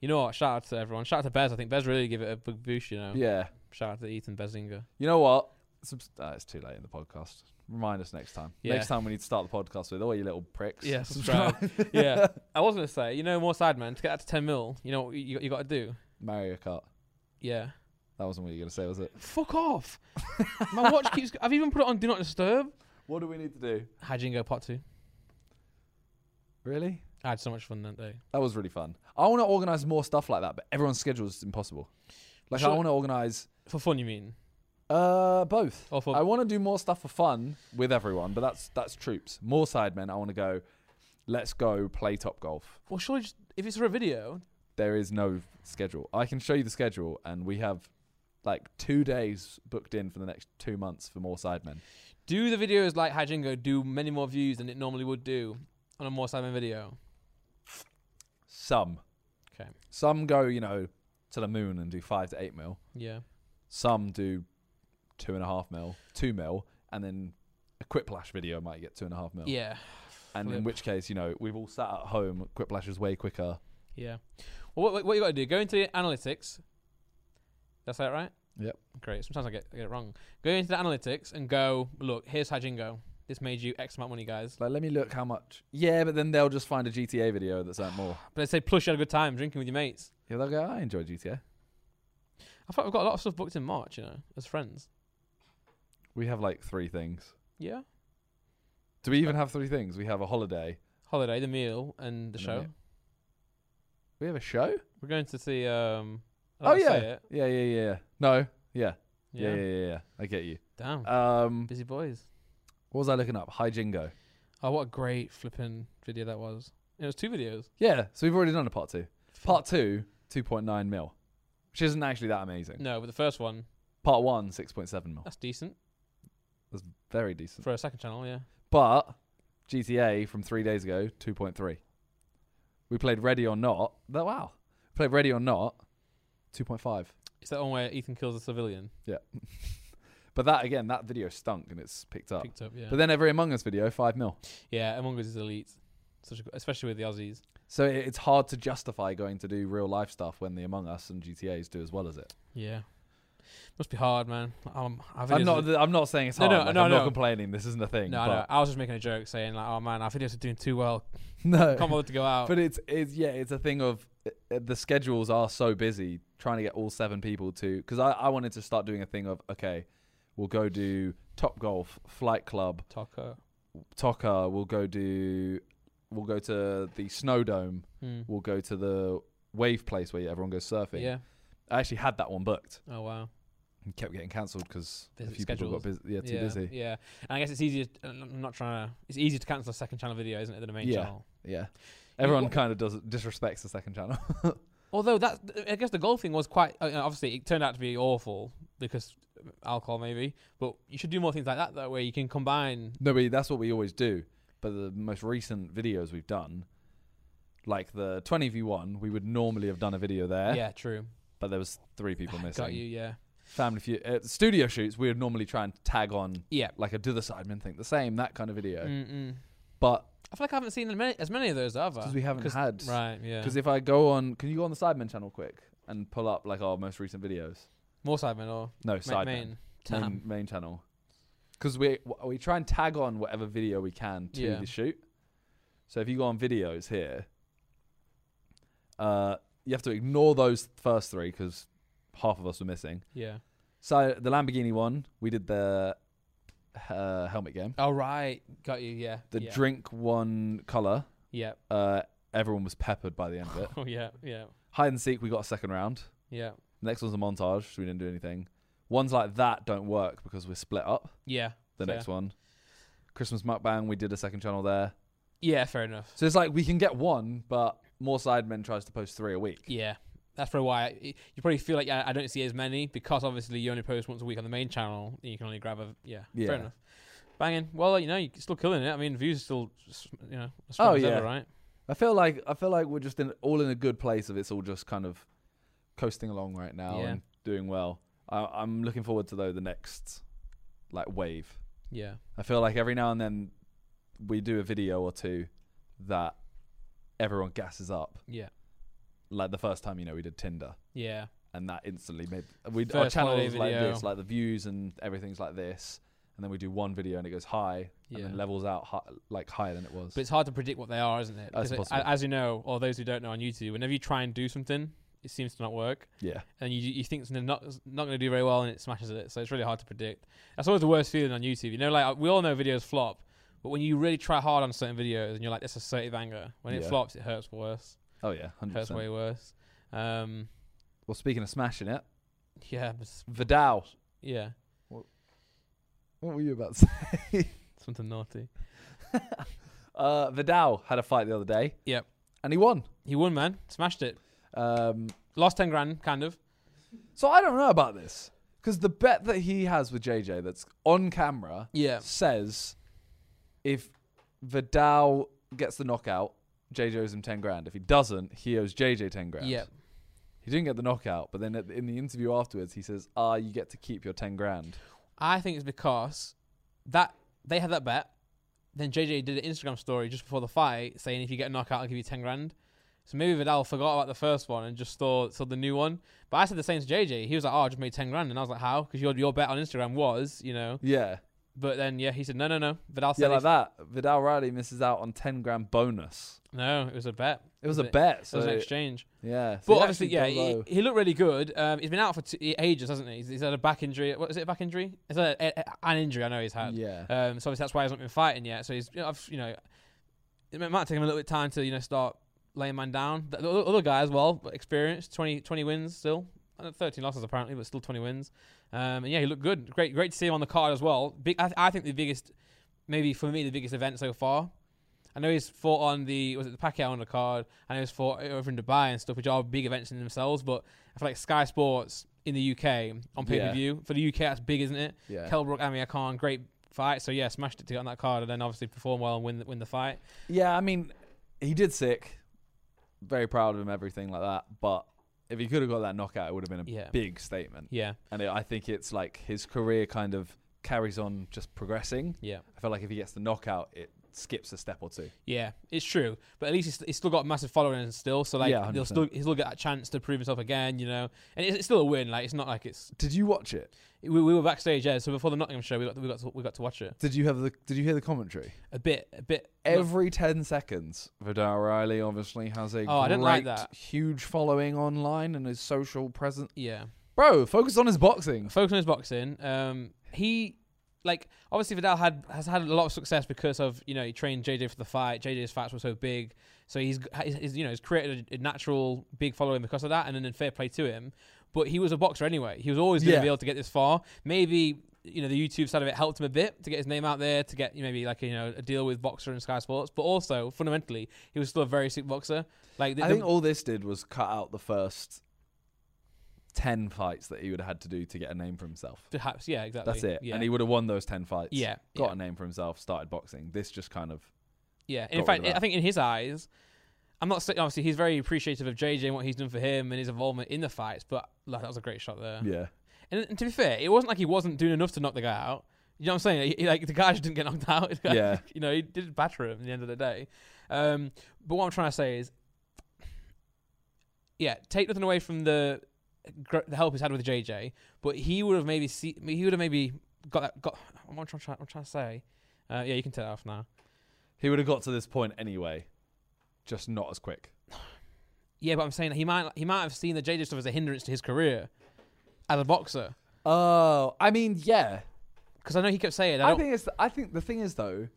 S1: You know what? Shout out to everyone. Shout out to Bez. I think Bez really give it a big boost. You know.
S2: hit. Yeah.
S1: Shout out to Ethan Bezinger.
S2: You know what? Subs- ah, it's too late in the podcast. Remind us next time.
S1: Yeah.
S2: Next time we need to start the podcast with all you little
S1: (laughs)
S2: pricks. (laughs)
S1: Yeah, subscribe. yeah, I was gonna say, you know, more Sidemen to get that to ten mil. You know, what you you got to do.
S2: Mario Kart.
S1: Yeah.
S2: That wasn't what you were gonna say, was it?
S1: Fuck off. (laughs) My watch keeps. I've even put it on Do Not Disturb.
S2: What do we need to do?
S1: Hi Jingo Part Two.
S2: Really?
S1: I had so much fun that day.
S2: That was really fun. I want to organize more stuff like that, but everyone's schedule is impossible. Like I
S1: Sure.
S2: want to organize
S1: For fun, you mean?
S2: uh both.
S1: Or for
S2: I want to do more stuff for fun with everyone, but that's that's troops. More sidemen. I want to go. Let's go play top golf.
S1: well, surely just if it's for a video.
S2: There is no schedule. I can show you the schedule, and we have like two days booked in for the next two months for more sidemen.
S1: Do the videos like Hi Jingo do many more views than it normally would do on a more Sidemen video?
S2: Some,
S1: Okay.
S2: some go you know to the moon and do five to eight mil.
S1: Yeah.
S2: Some do two and a half mil, two mil, and then a quiplash video might get two and a half mil.
S1: Yeah.
S2: And in
S1: Flip.
S2: which case, you know, we've all sat at home. Quiplash is way quicker.
S1: Yeah. Well, what, what you got to do? Go into the analytics. That's that right?
S2: Yep.
S1: Great. Sometimes I get, I get it wrong. Go into the analytics and go look. Here's how Jingo. This made you X amount of money, guys.
S2: Like, let me look how much. Yeah, but then they'll just find a GTA video that's earned more.
S1: But they say plus you had a good time drinking with your mates.
S2: (sighs) Yeah, they'll go, I enjoy GTA.
S1: I thought we've got a lot of stuff booked in March, you know, as friends.
S2: We have like three things.
S1: Yeah.
S2: Do we even have three things? We have a holiday.
S1: Holiday, the meal, and the
S2: And the
S1: show.
S2: meal. We have a show?
S1: We're going to see. Um, I
S2: Oh,
S1: don't wanna say it.
S2: Yeah, yeah, yeah. yeah. No. Yeah.
S1: Yeah.
S2: Yeah. yeah. yeah, yeah, I get you.
S1: Damn.
S2: Um,
S1: Busy boys.
S2: what was I looking up? Hi Jingo.
S1: Oh, what a great flipping video that was. It was two videos.
S2: Yeah, so we've already done a part two. Part two, 2.9 mil, which isn't actually that amazing.
S1: No, but the first one,
S2: Part one, 6.7 mil.
S1: that's decent
S2: That's very decent.
S1: for a second channel, yeah.
S2: But GTA from three days ago, 2.3. We played Ready or Not. That, wow. Played Ready or Not, 2.5.
S1: It's that one where Ethan kills a civilian.
S2: But that, again, that video stunk and it's picked up.
S1: Picked up, yeah.
S2: Oh. But then every Among Us video, 5 mil.
S1: Yeah, Among Us is elite, such a, g- especially with the Aussies.
S2: So it- it's hard to justify going to do real life stuff when the Among Us and GTAs do as well as it.
S1: Yeah, must be hard, man. Um, I
S2: I'm not, I'm not saying it's
S1: No,
S2: hard.
S1: no,
S2: like,
S1: no,
S2: I'm
S1: no.
S2: not complaining. This isn't a thing.
S1: no, I know. I was just making a joke, saying like, "Oh man, our videos are doing too
S2: (laughs)
S1: well.
S2: but, no.
S1: Can't bother to go out."
S2: But it's it's yeah, it's a thing of uh, uh, the schedules are so busy trying to get all seven people to because I, I wanted to start doing a thing of okay, we'll go do Top Golf, Flight Club,
S1: Taco.
S2: Tocker, we'll go do we'll go to the Snow Dome,
S1: Mm.
S2: we'll go to the wave place where everyone goes surfing.
S1: Yeah.
S2: I actually had that one booked
S1: Oh wow.
S2: and kept getting cancelled because a
S1: Busy
S2: few people got busy. Yeah, too
S1: yeah,
S2: busy.
S1: Yeah. And I guess it's easier. I'm not trying to. It's easier to cancel a second channel video, isn't it, than a main
S2: Yeah.
S1: channel?
S2: Yeah. Everyone
S1: what-
S2: kind of does disrespects the second channel.
S1: Although that, I guess the golf thing was quite. Uh, obviously, it turned out to be awful because alcohol, maybe. But you should do more things like that. That way, you can combine.
S2: no, but that's what we always do. But the most recent videos we've done, like the 20v1, we would normally have done a video there,
S1: Yeah, true.
S2: but there was three people missing.
S1: (sighs) Got you. Yeah.
S2: Family feud, uh, studio shoots, we would normally try and tag on
S1: Yeah. Mm.
S2: like a do the sidemen think the same, that kind of video.
S1: Mm-mm.
S2: But
S1: I feel like I haven't seen as many, as many of those ever.
S2: because we haven't had,
S1: Right. Yeah.
S2: because if I go on, can you go on the sidemen channel quick and pull up like our most recent videos?
S1: More Sidemen or ma-
S2: No, sidemen.
S1: main.
S2: main,
S1: Tam.
S2: main channel because we w- we try and tag on whatever video we can to
S1: Yeah.
S2: the shoot. So if you go on videos here, uh, you have to ignore those first three because half of us were missing.
S1: Yeah.
S2: So the Lamborghini one, we did the uh, helmet game.
S1: Oh right. Got you. Yeah.
S2: The
S1: yeah.
S2: drink one color,
S1: Yeah. (laughs)
S2: uh, everyone was peppered by the end
S1: (sighs)
S2: of it.
S1: Oh yeah. Yeah.
S2: Hide and seek, we got a second round.
S1: Yeah.
S2: Next one's a montage, so we didn't do anything. Ones like that don't work because we're split up.
S1: Yeah.
S2: the
S1: Fair.
S2: next one. Christmas mukbang, we did a second channel there.
S1: Yeah. Fair enough.
S2: So it's like we can get one, but more sidemen tries to post three a week.
S1: Yeah. That's probably why I- you probably feel like yeah, I don't see as many because obviously you only post once a week on the main channel. And you can only grab a yeah,
S2: Yeah.
S1: Fair enough. Banging. Well, you know you're still killing it. I mean, views are still s- you know as
S2: Oh,
S1: strong as
S2: yeah.
S1: ever, right?
S2: I feel like I feel like we're just in all in a good place of it's all just kind of coasting along right now
S1: Yeah.
S2: and doing well. I, I'm looking forward to though the next like wave.
S1: Yeah.
S2: I feel like every now and then we do a video or two that everyone gasses up.
S1: Yeah.
S2: Like the first time, you know, we did Tinder.
S1: Yeah.
S2: and that instantly made we our
S1: First
S2: channel
S1: holiday
S2: is like
S1: video.
S2: this, like the views and everything's like this, and then we do one video and it goes high
S1: Yeah.
S2: and then levels out hi, like higher than it was.
S1: But it's hard to predict what they are, isn't it?
S2: That's
S1: Because it-
S2: impossible.
S1: as you know, or those who don't know on YouTube, whenever you try and do something, it seems to not work,
S2: yeah,
S1: and you you think something not it's not going to do very well, and it smashes it. So it's really hard to predict. That's always the worst feeling on YouTube. You know, like we all know videos flop, but when you really try hard on certain videos, and you're like, "This is assertive anger," when it
S2: Yeah.
S1: flops, it hurts worse.
S2: oh yeah, hundred
S1: Hurts
S2: percent.
S1: way worse. Um,
S2: Well, speaking of smashing it,
S1: yeah, but s-
S2: Vidal,
S1: yeah,
S2: what were you about to say? (laughs)
S1: something naughty.
S2: Uh, Vidal had a fight the other day.
S1: Yep.
S2: and he won.
S1: He won, man. Smashed it.
S2: Um,
S1: Lost ten grand, kind of.
S2: so I don't know about this because the bet that he has with JJ that's on camera
S1: Yeah.
S2: says if Vidal gets the knockout, JJ owes him ten grand. If he doesn't, he owes JJ ten grand.
S1: Yeah.
S2: He didn't get the knockout, but then at the, in the interview afterwards, he says, "Ah, you get to keep your ten grand."
S1: I think it's because that they had that bet. Then JJ did an Instagram story just before the fight saying, "If you get a knockout, I'll give you ten grand." So maybe Vidal forgot about the first one and just saw saw the new one. But I said the same to JJ. He was like, "Oh, I just made ten grand," and I was like, "How?" Because your your bet on Instagram was, you know.
S2: Yeah,
S1: But then yeah, he said, "No, no, no." Vidal
S2: yeah,
S1: said,
S2: like
S1: if-
S2: that. Vidal Riley misses out on ten grand bonus.
S1: "No, it was a bet.
S2: It was a
S1: It-
S2: bet,
S1: It
S2: so
S1: was an exchange."
S2: yeah.
S1: But
S2: so he
S1: obviously, yeah,
S2: actually got
S1: he,
S2: low.
S1: he looked really good. Um, he's been out for t- ages, hasn't he? He's, he's had a back injury. What is it? A back injury? Is that a- a- an injury? I know he's had.
S2: yeah,
S1: Um, so obviously that's why he's not been fighting yet. So he's, you know, I've- you know, it might take him a little bit of time to, you know, start laying man down. The, the other guy as well, experienced, 20, 20 wins still. Uh, 13 losses apparently, but still 20 wins. Um, and yeah, he looked good. Great great to see him on the card as well. Big, I, I think the biggest, maybe for me, the biggest event so far. I know he's fought on the, was it the Pacquiao on the card? I know he's fought over in Dubai and stuff, which are big events in themselves. But I feel like Sky Sports in the UK on pay per view, for the UK, that's big, isn't it?
S2: yeah,
S1: Kelbrook, Amir Khan, great fight. So yeah, smashed it to get on that card, and then obviously perform well and win the, win the fight.
S2: yeah. I mean, he did sick. Very proud of him, everything like that. But if he could have got that knockout, it would have been a
S1: Yeah.
S2: big statement.
S1: Yeah,
S2: and it, I think it's like his career kind of carries on just progressing.
S1: yeah,
S2: I feel like if he gets the knockout, it skips a step or two.
S1: yeah. It's true, but at least he's, he's still got massive following still. So like,
S2: Yeah,
S1: he'll still he'll still get that chance to prove himself again, you know. And it's, it's still a win. Like it's not like it's
S2: Did you watch it?
S1: we, we were backstage, yeah. So before the Nottingham show, we got we got to, we got to watch it
S2: Did you have the? Did you hear the commentary?
S1: a bit, a bit.
S2: Every ten seconds, Vidal Riley obviously has a
S1: Oh, I
S2: great,
S1: didn't like that.
S2: huge following online and his social presence.
S1: yeah,
S2: Bro, focus on his boxing.
S1: focus on his boxing. Um, he like obviously Vidal had has had a lot of success because of you know he trained JJ for the fight. JJ's fights were so big, so he's, g- he's, he's you know he's created a, a natural big following because of that, and then in fair play to him. But he was a boxer anyway. He was always going to
S2: Yeah.
S1: be able to get this far. Maybe you know the YouTube side of it helped him a bit to get his name out there to get you know, maybe like you know a deal with boxer and Sky Sports. But also fundamentally, he was still a very sick boxer. Like the,
S2: I
S1: the-
S2: think all this did was cut out the first ten fights that he would have had to do to get a name for himself.
S1: perhaps yeah exactly.
S2: That's it.
S1: Yeah.
S2: And he would have won those ten fights.
S1: yeah
S2: Got
S1: yeah.
S2: a name for himself, started boxing. This just kind of
S1: Yeah, and
S2: got
S1: in
S2: rid
S1: fact,
S2: of that.
S1: I think in his eyes, I'm not saying obviously he's very appreciative of JJ and what he's done for him and his involvement in the fights, but like, that was a great shot there.
S2: Yeah.
S1: And, and to be fair, it wasn't like he wasn't doing enough to knock the guy out. You know what I'm saying? He- like the guy just didn't get knocked (laughs) out. The guy-
S2: Yeah.
S1: you know, he did batter him at the end of the day. Um, but what I'm trying to say is, yeah, take nothing away from the gr- the help he's had with JJ, but he would have maybe see, he would have maybe got that got. I'm trying, I'm trying to say, uh, yeah, you can take that off now.
S2: He would have got to this point anyway. Just not as quick.
S1: Yeah, but I'm saying he might he might have seen the JJ stuff as a hindrance to his career as a boxer
S2: Oh, I mean, yeah.
S1: because I know he kept saying I
S2: I
S1: don't.
S2: think it's I think the thing is though,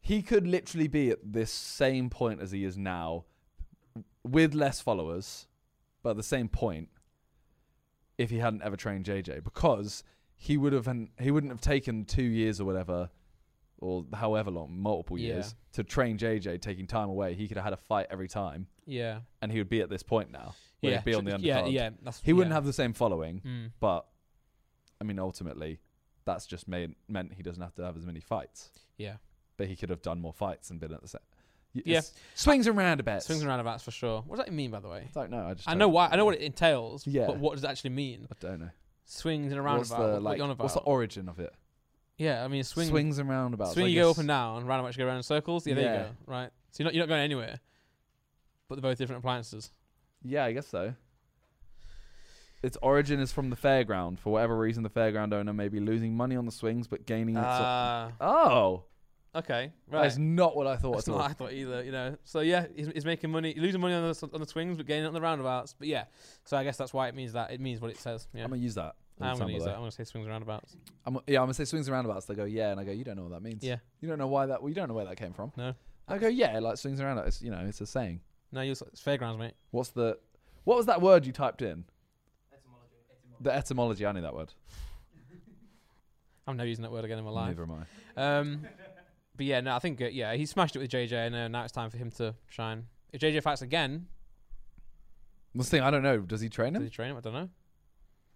S2: he could literally be at this same point as he is now with less followers, but at the same point if he hadn't ever trained JJ because he would have he wouldn't have taken 2 years or whatever or however long, multiple
S1: Yeah.
S2: years to train JJ taking time away. He could have had a fight every time
S1: yeah,
S2: and he would be at this point now. Where
S1: yeah,
S2: he'd be on the undercard.
S1: yeah, yeah. That's,
S2: He wouldn't
S1: yeah.
S2: have the same following
S1: Mm.
S2: but I mean, ultimately, that's just made, meant he doesn't have to have as many fights.
S1: Yeah.
S2: But he could have done more fights and been at the set.
S1: Yeah.
S2: swings and roundabouts.
S1: Swings and roundabouts for sure. What does that mean, by the way?
S2: I don't know. I just
S1: I
S2: don't-
S1: know why. I know what it entails.
S2: Yeah.
S1: But what does it actually mean?
S2: I don't know.
S1: Swings and a
S2: What's
S1: roundabout.
S2: the,
S1: what- what
S2: like,
S1: you on about?
S2: what's the origin of it?
S1: yeah, I mean, swing. Swing.
S2: swings and roundabouts. I
S1: you go
S2: guess-
S1: up and down. Roundabouts you go around in circles. Yeah, there
S2: Yeah.
S1: you go. Right. So you're not you're not going anywhere. But they're both different appliances.
S2: Yeah, I guess so. Its origin is from the fairground. For whatever reason, the fairground owner may be losing money on the swings but gaining. its
S1: Ah.
S2: oh,
S1: okay. Right.
S2: that's not what I thought
S1: That's
S2: at
S1: not
S2: all.
S1: what I thought either, you know. So yeah, he's, he's making money, losing money on the on the swings, but gaining it on the roundabouts. But yeah, so I guess that's why it means that it means what it says. Yeah,
S2: I'm
S1: I'm,
S2: gonna use that. all the time,
S1: gonna
S2: by
S1: use
S2: the way.
S1: that. I'm gonna say swings and roundabouts.
S2: I'm, yeah, I'm gonna say swings and roundabouts. They go, yeah, and I go, you don't know what that means.
S1: Yeah.
S2: you don't know why that. Well, you don't know where that came from.
S1: No.
S2: I go, yeah, like swings and roundabouts. You know, it's a saying.
S1: No, you it's fairgrounds, mate.
S2: What's the, what was that word you typed in?
S3: Etymology. Etymology.
S2: The etymology. I knew that word.
S1: I'm never using that word again in my life.
S2: Neither am I.
S1: Um, but yeah, no, I think uh, yeah, he smashed it with JJ, and uh, now it's time for him to shine. If JJ fights again,
S2: This thing, I don't know. Does he train
S1: does
S2: him?
S1: he train him? I don't know.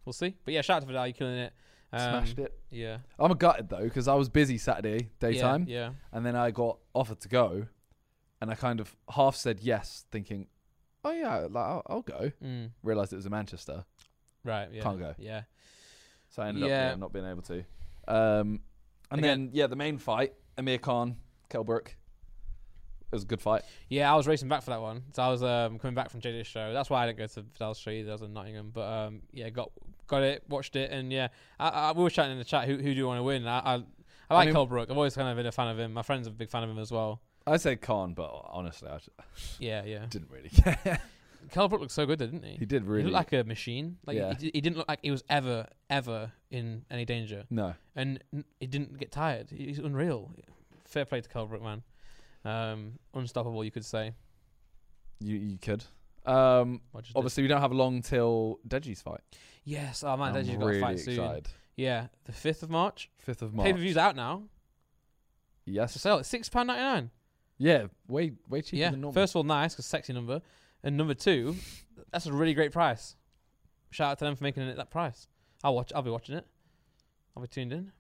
S1: We'll see. But yeah, shout out to Vidal, you're killing it. Um,
S2: Smashed it.
S1: Yeah.
S2: I'm gutted though because I was busy Saturday daytime,
S1: Yeah.
S2: and then I got offered to go, and I kind of half said yes, thinking, oh yeah, like I'll, I'll go.
S1: yeah. Mm,
S2: Realized it was in Manchester,
S1: right. Yeah.
S2: Can't go.
S1: Yeah.
S2: so I ended
S1: Yeah.
S2: up yeah, not being able to. Um, and
S1: Again-
S2: then yeah, the main fight, Amir Khan, Kelbrook. It was a good fight.
S1: Yeah, I was racing back for that one. So I was um, coming back from JJ's show. That's why I didn't go to Vidal's show either. I was in Nottingham, but um, yeah, got got it, watched it, and yeah, I, I, we were chatting in the chat. Who who do you want to win? I I, I like
S2: mean-
S1: Colebrook. I've always kind of been a fan of him. My friends are a big fan of him as well.
S2: I said Khan, but honestly, I j-
S1: Yeah, yeah.
S2: didn't really care.
S1: Colebrook looked so good, didn't he?
S2: he did really.
S1: He looked like a machine. Like
S2: Yeah.
S1: he, he didn't look like he was ever ever in any danger,
S2: no,
S1: and n- he didn't get tired. He- He's unreal. Fair play to Colebrook, man. Um, unstoppable, you could say.
S2: you you could. Um,
S1: I just did.
S2: obviously, we don't have long till Deji's fight.
S1: yes. Oh man,
S2: I'm
S1: Deji's got
S2: really
S1: a fight soon.
S2: excited.
S1: Yeah, the fifth of March.
S2: Fifth of March.
S1: Pay per view's out now. It's for
S2: Yes.
S1: sale. It's six pound ninety nine.
S2: Yeah. Way way cheaper
S1: Yeah.
S2: than normal.
S1: First of all, nice because sexy number, and number two, that's a really great price. Shout out to them for making it that price. I'll watch. I'll be watching it. I'll be tuned in.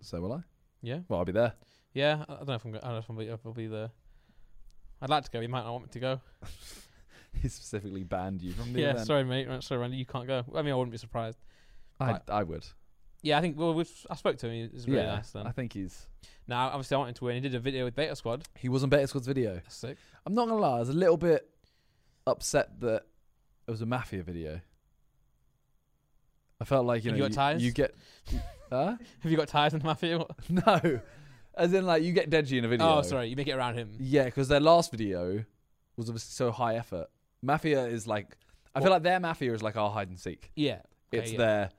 S2: So will I.
S1: Yeah.
S2: Well, I'll be there. (laughs)
S1: Yeah. I I don't know if I'm. Go- I don't know if I'm. Be, if I'll be there. I'd like to go. You might not want me to go.
S2: He specifically banned you from the
S1: Yeah.
S2: event.
S1: Sorry, mate. Right, Sorry, Randy. You can't go. I mean, I wouldn't be surprised.
S2: I I would.
S1: Yeah. I think. Well, we've, I spoke to him. He's really
S2: yeah.
S1: nice. Then.
S2: I think he's
S1: now, obviously, I want him to win. He did a video with Beta Squad.
S2: he was on Better Squad's video.
S1: That's sick.
S2: I'm not gonna lie. I was a little bit upset that it was a mafia video. I felt like you
S1: Have
S2: know
S1: you got ties?
S2: you get. (laughs) Huh?
S1: (laughs) Have you got ties in the mafia?
S2: No. As in, like, you get Deji in a video.
S1: Oh, sorry. You make it around him.
S2: Yeah, because their last video was obviously so high effort. Mafia is like, I feel like their Mafia is like our hide and seek.
S1: Yeah. Okay,
S2: it's
S1: yeah.
S2: their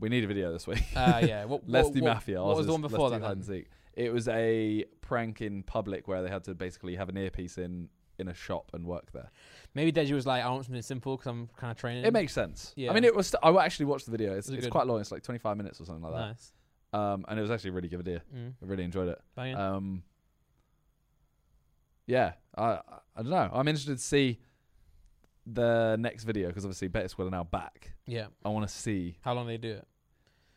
S2: We need a video this week. (laughs)
S1: Uh, yeah. What, what-
S2: Let's do
S1: what-
S2: mafia.
S1: What
S2: ours
S1: was the
S2: is
S1: one before
S2: Let's
S1: that?
S2: do hide and
S1: Then?
S2: seek. It was a prank in public where they had to basically have an earpiece in in a shop and work there.
S1: Maybe Deji was like, I want something simple because I'm kind of training.
S2: It makes sense. I mean,
S1: Yeah.
S2: it was. I actually watched the video. It's,
S1: Is it
S2: it's
S1: good?
S2: quite long. It's like 25 minutes or something like that.
S1: nice.
S2: Um, and it was actually a really good idea.
S1: Mm,
S2: I really enjoyed it.
S1: banging.
S2: Um, yeah, I I don't know. I'm interested to see the next video because obviously Better Squad are now back.
S1: yeah.
S2: I want to see.
S1: How long they do it?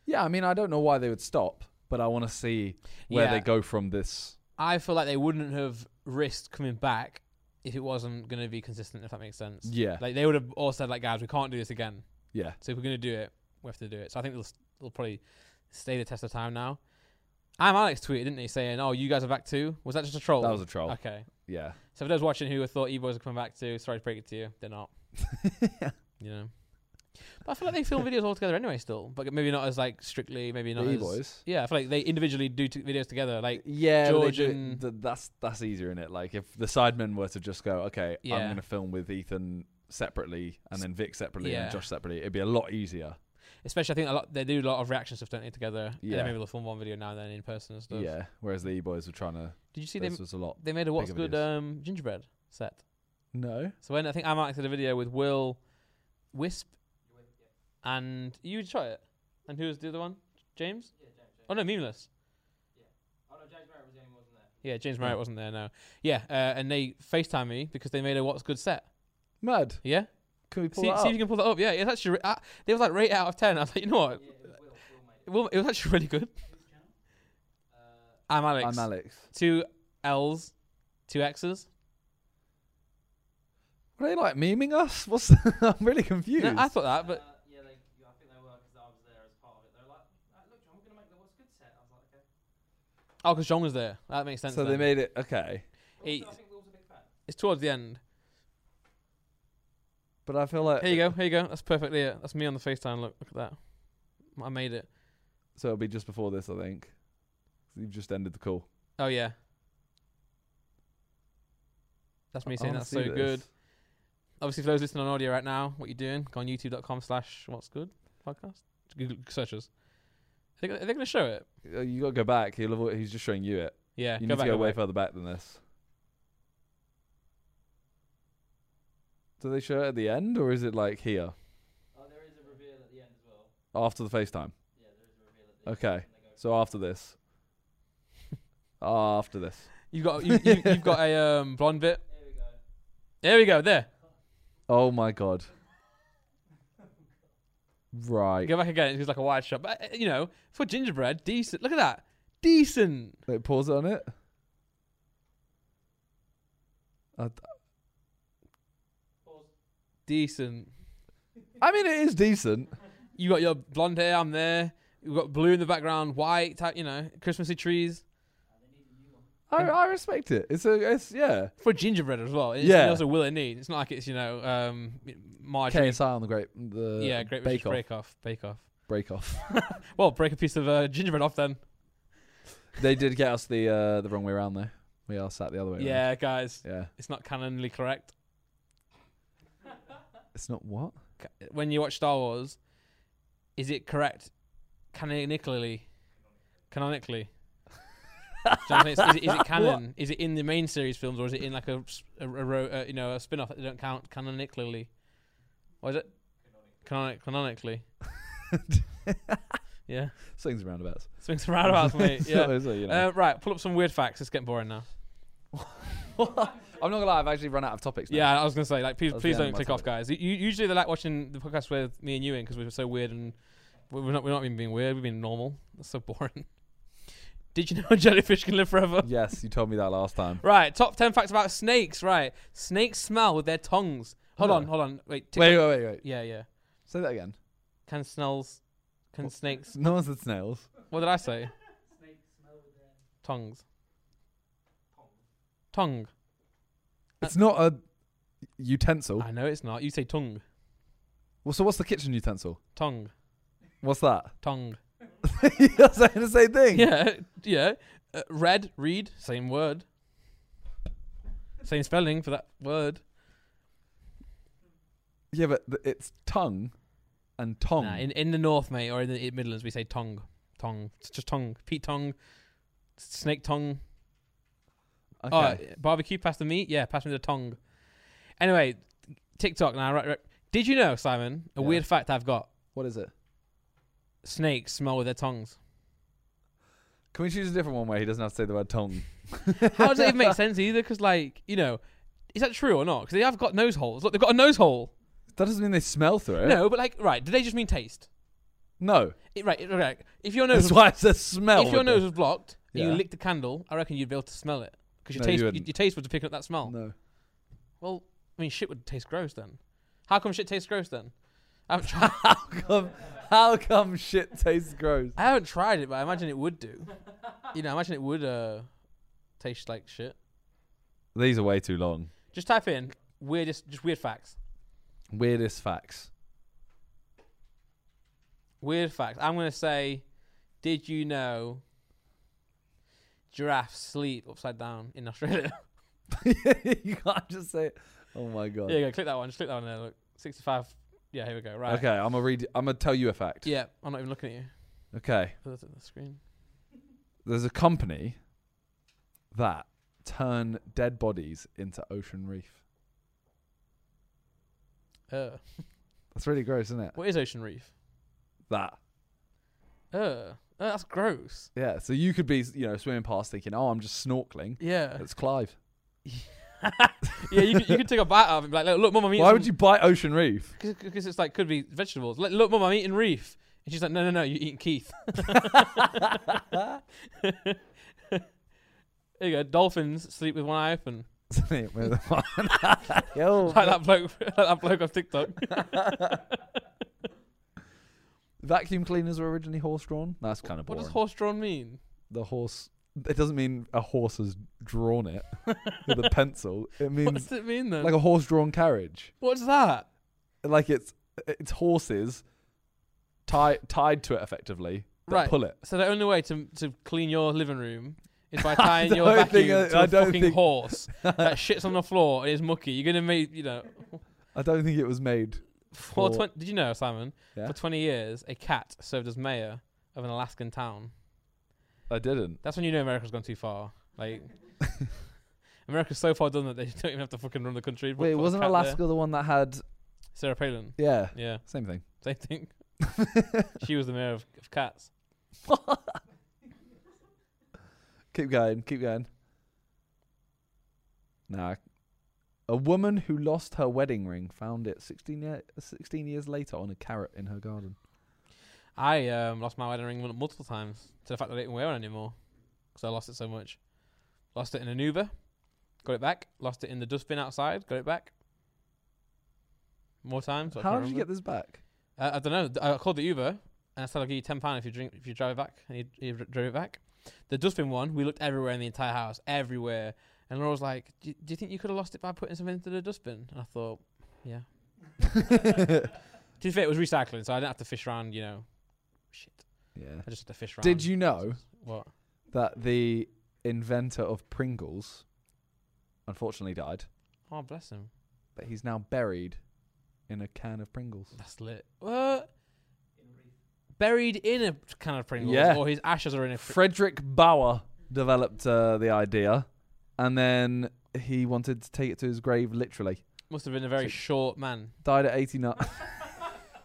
S2: Yeah, I mean, I don't know why they would stop, but I want to see where
S1: yeah.
S2: they go from this.
S1: I feel like they wouldn't have risked coming back if it wasn't going to be consistent. If that makes sense.
S2: Yeah,
S1: Like they would have all said, like, guys, we can't do this again.
S2: yeah,
S1: So if we're going to do it, we have to do it. So I think they'll, s- they'll probably stay the test of time now. I'm Alex tweeted, didn't he, saying, "Oh, you guys are back too." Was that just a troll?
S2: that was a troll.
S1: okay.
S2: Yeah,
S1: So for those watching who thought E-Boys were coming back to, sorry to break it to you, they're
S2: (laughs)
S1: not. you know. But I feel like they film videos all together anyway still, but maybe not as like strictly, maybe not
S2: the
S1: as...
S2: boys.
S1: Yeah, I feel like they individually do t- videos together. Like,
S2: Yeah, but they do it-
S1: Georgian-
S2: th- that's that's easier in it. Like if the sidemen were to just go, okay, I'm
S1: Yeah.
S2: going to film with Ethan separately and then Vic separately
S1: Yeah.
S2: and Josh separately, it'd be a lot easier.
S1: especially I think a lot they do a lot of reaction stuff, don't they, together. Yeah. And
S2: Yeah.
S1: then maybe they'll film one video now and then in person and stuff.
S2: Yeah. Whereas the E boys were trying to.
S1: Did you see they
S2: This was a lot.
S1: they made a What's
S2: bigger
S1: Good
S2: videos.
S1: um, gingerbread set?
S2: No.
S1: So when I think Amax did a video with Will Wisp and you try it. And who was the other one? James? Oh no, Memeless. Yeah, James Merritt wasn't there, no. Yeah, uh, and they FaceTime me because they made a What's Good set.
S2: Mad.
S1: Yeah?
S2: Can we pull
S1: See,
S2: that
S1: see if
S2: up?
S1: you can pull that up. Yeah, it's actually, uh, they was like rate out of 10. I was like, you know what? Well, it was actually (laughs) really good. I'm Alex.
S2: I'm Alex.
S1: Two L's, two X's.
S2: Were they like memeing us? (laughs) What's? I'm really confused.
S1: No, I thought that, but
S3: Uh, yeah, like yeah, I think they were because I was there as part of it. They're like, "Ah, look, John, we're gonna make the what's good set. I was like, okay.
S1: oh, because John was there. That makes sense.
S2: so they
S1: then.
S2: made it okay,
S3: But also, I
S1: Eight.
S3: think Will's a big fan.
S1: it's towards the end.
S2: but I feel like
S1: Here you go. Here you go. That's perfectly it. That's me on the FaceTime. Look, look at that. I made it.
S2: So it'll be just before this, I think. You've just ended the call.
S1: Oh yeah. That's me
S2: I
S1: saying
S2: wanna
S1: that's so
S2: see this.
S1: good. Obviously, for those listening on audio right now, what you doing? Go on youtube.com slash what's good podcast. Google searches. Are they, are they going to show it?
S2: Uh, You got to go back. He'll have, he's just showing you it.
S1: Yeah.
S2: You
S1: go
S2: need
S1: back.
S2: to go way
S1: back.
S2: further back than this. Do they show it at the end, or is it like here
S3: Oh, there is a reveal at the end as well.
S2: after the FaceTime?
S3: Yeah, there is a reveal at the
S2: Okay.
S3: end. and they go-
S2: So
S3: (laughs)
S2: after this, after this,
S1: You've got you, you, you've got a um, blonde bit.
S3: There we go.
S1: There we go. There.
S2: oh my god, right?
S1: Go back again. It's just like a wide shot. But uh, you know, for gingerbread, decent. Look at that. Decent.
S2: Wait, pause it on it. I,
S1: Decent.
S2: I mean, it is decent.
S1: You got your blonde hair. I'm there. You've got blue in the background, white type. You know, Christmassy trees
S2: I, I respect it. It's a, it's yeah.
S1: for gingerbread as well. It's
S2: Yeah.
S1: yeah. Also, will it need? It's not like it's you know, um, margin.
S2: KSI on the great, the
S1: yeah, great
S2: bake
S1: British
S2: off,
S1: break off, bake off.
S2: break off.
S1: Well, break a piece of uh, gingerbread off then.
S2: they did get us the uh, the wrong way around though. We are sat the other way. around.
S1: yeah, guys,
S2: Yeah.
S1: it's not canonically correct.
S2: It's not what?
S1: Ca- When you watch Star Wars, is it correct canonically? Canonically. Do you know what I'm saying? is, it, is it canon? Is it in the main series films, or is it in like a, s- a- a ro- uh, you know a spin-off that they don't count canonically? What is it? Canonic, canonically. yeah,
S2: Swings and (laughs) roundabouts.
S1: swings around about me.
S2: (laughs) It's
S1: Yeah.
S2: not- it's not, you know.
S1: Uh, right, pull up some weird facts. It's getting boring now.
S2: I'm not gonna lie. I've actually run out of topics. Now. (laughs)
S1: Yeah, I was gonna say like please,
S2: That was
S1: please
S2: the
S1: don't
S2: end of my
S1: click off, guys. You, you- usually they like watching the podcast with me and you in because we're so weird and we're we're not we're not even being weird. We've been normal. That's so boring. (laughs) Did you know a jellyfish can live forever?
S2: Yes, you told me that last time.
S1: Right, top ten facts about snakes. Right, snakes smell with their tongues. Hold
S2: Oh.
S1: on, hold on, wait. tick-
S2: Wait, wait, wait, wait.
S1: Yeah, yeah.
S2: Say that again.
S1: Can smells? Can snakes?
S2: No one said snails.
S1: What did I say?
S3: (laughs) Snakes smell with their
S1: Tongues.
S3: tongue.
S1: Tongue.
S2: It's not a utensil.
S1: I know it's not. You say tongue.
S2: Well, so what's the kitchen utensil?
S1: Tongue.
S2: What's (laughs) that?
S1: Tongue.
S2: You're saying the same thing.
S1: Yeah, yeah. Uh, red, read, same word. Same spelling for that word.
S2: Yeah, but th- it's tongue. and Tong.
S1: Nah, in in the north, mate, or in the Midlands, we say tongue, tongue. It's just tongue, Pete tongue, snake tongue.
S2: okay.
S1: Oh, barbecue past the meat. Yeah, pass me the tongue. Anyway, TikTok now. Right, right. Did you know, Simon? A
S2: Yeah.
S1: weird fact I've got:
S2: what is it?
S1: snakes smell with their tongues.
S2: Can we choose a different one where he doesn't have to say the word (laughs) tongue?
S1: How does that even
S2: (laughs)
S1: make sense either? Because like you know, is that true or not? Because they have got nose holes. Look, they've got a nose hole.
S2: That doesn't mean they smell through it.
S1: No, but like right, do they just mean taste?
S2: No.
S1: It, right, it- right. If your nose,
S2: That's
S1: was,
S2: why it's a smell.
S1: if your
S2: would
S1: nose was blocked, and
S2: Yeah.
S1: you licked a candle. I reckon you'd be able to smell it because your
S2: No, you
S1: taste, your,
S2: wouldn't.
S1: your taste would be picking up that
S2: be-
S1: smell.
S2: No.
S1: Well, I mean, shit would taste gross then. How come shit tastes gross then? I haven't, tried,
S2: how come how come shit tastes gross?
S1: I haven't tried it, but I imagine it would do. You know, I imagine it would uh, taste like shit.
S2: These are way too long.
S1: Just type in weirdest, just weird facts.
S2: Weirdest facts.
S1: Weird facts. I'm gonna say, did you know giraffes sleep upside down in Australia?
S2: (laughs)
S1: (laughs)
S2: you can't just say Oh my
S1: yeah,
S2: god.
S1: go click that one. Just click that one there. Look, 65. Yeah, here we go. Right.
S2: Okay, I'm gonna read I'm gonna tell you a fact.
S1: Yeah, I'm not even looking at you.
S2: Okay.
S1: Put it on the screen.
S2: There's a company that turn dead bodies into ocean reef.
S1: Uh,
S2: That's really gross, isn't it?
S1: what is ocean reef?
S2: That.
S1: Uh, uh, that's gross.
S2: Yeah. So you could be, you know, swimming past thinking, "Oh, I'm just snorkeling."
S1: Yeah.
S2: It's Clive.
S1: (laughs) yeah, you could, you could take a bite out of it and be like, look, look mum, I'm eating.
S2: Why
S1: (laughs)
S2: would you bite ocean reef? (laughs)
S1: Because it's like, could be vegetables. Like, look, mum, I'm eating reef. And she's like, no, no, no, you're eating Keith. (laughs) there you go. Dolphins sleep with one eye open. (laughs)
S2: Yo.
S1: Like that bloke, (laughs) like that bloke on TikTok.
S2: (laughs) Vacuum cleaners were originally horse drawn. That's kind of
S1: What
S2: boring.
S1: does horse drawn mean?
S2: the horse. It doesn't mean a horse has drawn it
S1: (laughs)
S2: with a pencil. It
S1: What does
S2: means
S1: it mean then?
S2: like a horse drawn carriage.
S1: What's that?
S2: Like it's it's horses tied tied to it effectively that
S1: Right.
S2: pull it.
S1: So the only way to to clean your living room is by tying your
S2: don't
S1: vacuum
S2: think (laughs) I-
S1: to a
S2: I don't
S1: fucking
S2: think- (laughs)
S1: horse that shits on the floor and is mucky. You're gonna make you know.
S2: I don't think it was made.
S1: For
S2: Or-
S1: twen- did you know, Simon?
S2: Yeah.
S1: For 20 years, a cat served as mayor of an Alaskan town.
S2: I didn't.
S1: That's when you know America's gone too far.
S2: (laughs)
S1: Like, America's so far done that they (laughs) don't even have to fucking run the country. Put-
S2: Wait,
S1: put a
S2: wasn't
S1: cat there.
S2: Alaska the one that had?
S1: Sarah Palin.
S2: Yeah,
S1: Yeah,
S2: same thing.
S1: same thing. (laughs)
S2: (laughs)
S1: she was the mayor of, of cats.
S2: (laughs) Keep going. Keep going. Nah. A woman who lost her wedding ring found it 16, year, 16 years later on a carrot in her garden.
S1: I um, lost my wedding ring mul- multiple times to the fact that I didn't wear it anymore because I lost it so much. Lost it in an Uber, got it back. Lost it in the dustbin outside, got it back. More times. I
S2: How
S1: can't
S2: did you
S1: remember.
S2: get this back?
S1: Uh, I don't know. I called the Uber and I said I'll give you ten pound if you drink if you drive it back, and he, he dr- drove it back. The dustbin one, we looked everywhere in the entire house, everywhere, and Laura was like, "Do, do you think you could have lost it by putting something into the dustbin?" And I thought,
S2: (laughs)
S1: "Yeah." to be fair, it was recycling, so I didn't have to fish around. You know, shit.
S2: Yeah.
S1: I just had to fish around.
S2: Did you know
S1: What?
S2: that the inventor of Pringles unfortunately died,
S1: Oh, bless him.
S2: but he's now buried in a can of Pringles?
S1: That's lit. What? Buried in a can of Pringles,
S2: Yeah.
S1: or his ashes are in a. fr-
S2: Frederick Bauer developed uh, the idea, and then he wanted to take it to his grave literally.
S1: must have been a very
S2: Sick.
S1: short man.
S2: Died at 89.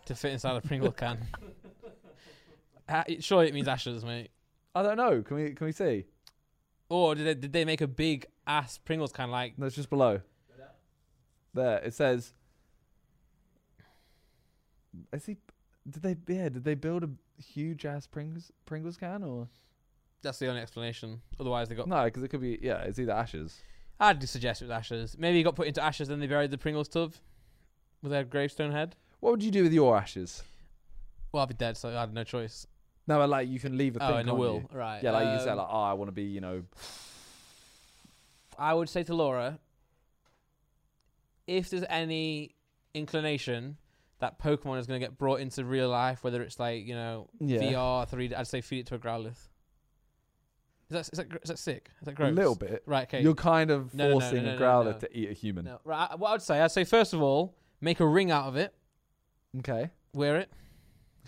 S1: to fit inside a Pringle can. Ha- Surely it means ashes, mate.
S2: (laughs) I don't know. Can we can we see?
S1: Or did they, did they make a big ass Pringles can like?
S2: No, it's just below. There it says. Is he? Did they? Yeah, did they build a huge ass Pringles Pringles can or
S1: That's the only explanation. Otherwise, they got.
S2: no? Because it could be. Yeah, it's either ashes.
S1: I'd suggest it was ashes. Maybe he got put into ashes, then they buried the Pringles tub with their gravestone head.
S2: What would you do with your ashes?
S1: Well, I'd be dead, so I had no choice.
S2: No, but like you can leave a thing.
S1: oh, and I
S2: can't
S1: will.
S2: you?
S1: Right.
S2: Yeah, like you can say
S1: um,
S2: like, oh, I want to be, you know.
S1: I would say to Laura, if there's any inclination that Pokemon is going to get brought into real life, whether it's like you know
S2: Yeah.
S1: VR three, I'd say feed it to a Growlithe. Is that is that gr- is that sick? Is that (sighs)
S2: A
S1: gross?
S2: little bit.
S1: Right. Okay.
S2: You're kind of
S1: No, no, no,
S2: forcing
S1: no,
S2: a
S1: no,
S2: growler
S1: no.
S2: to eat a human.
S1: No, right. I- What I'd say, I'd say first of all, make a ring out of it.
S2: Okay.
S1: wear it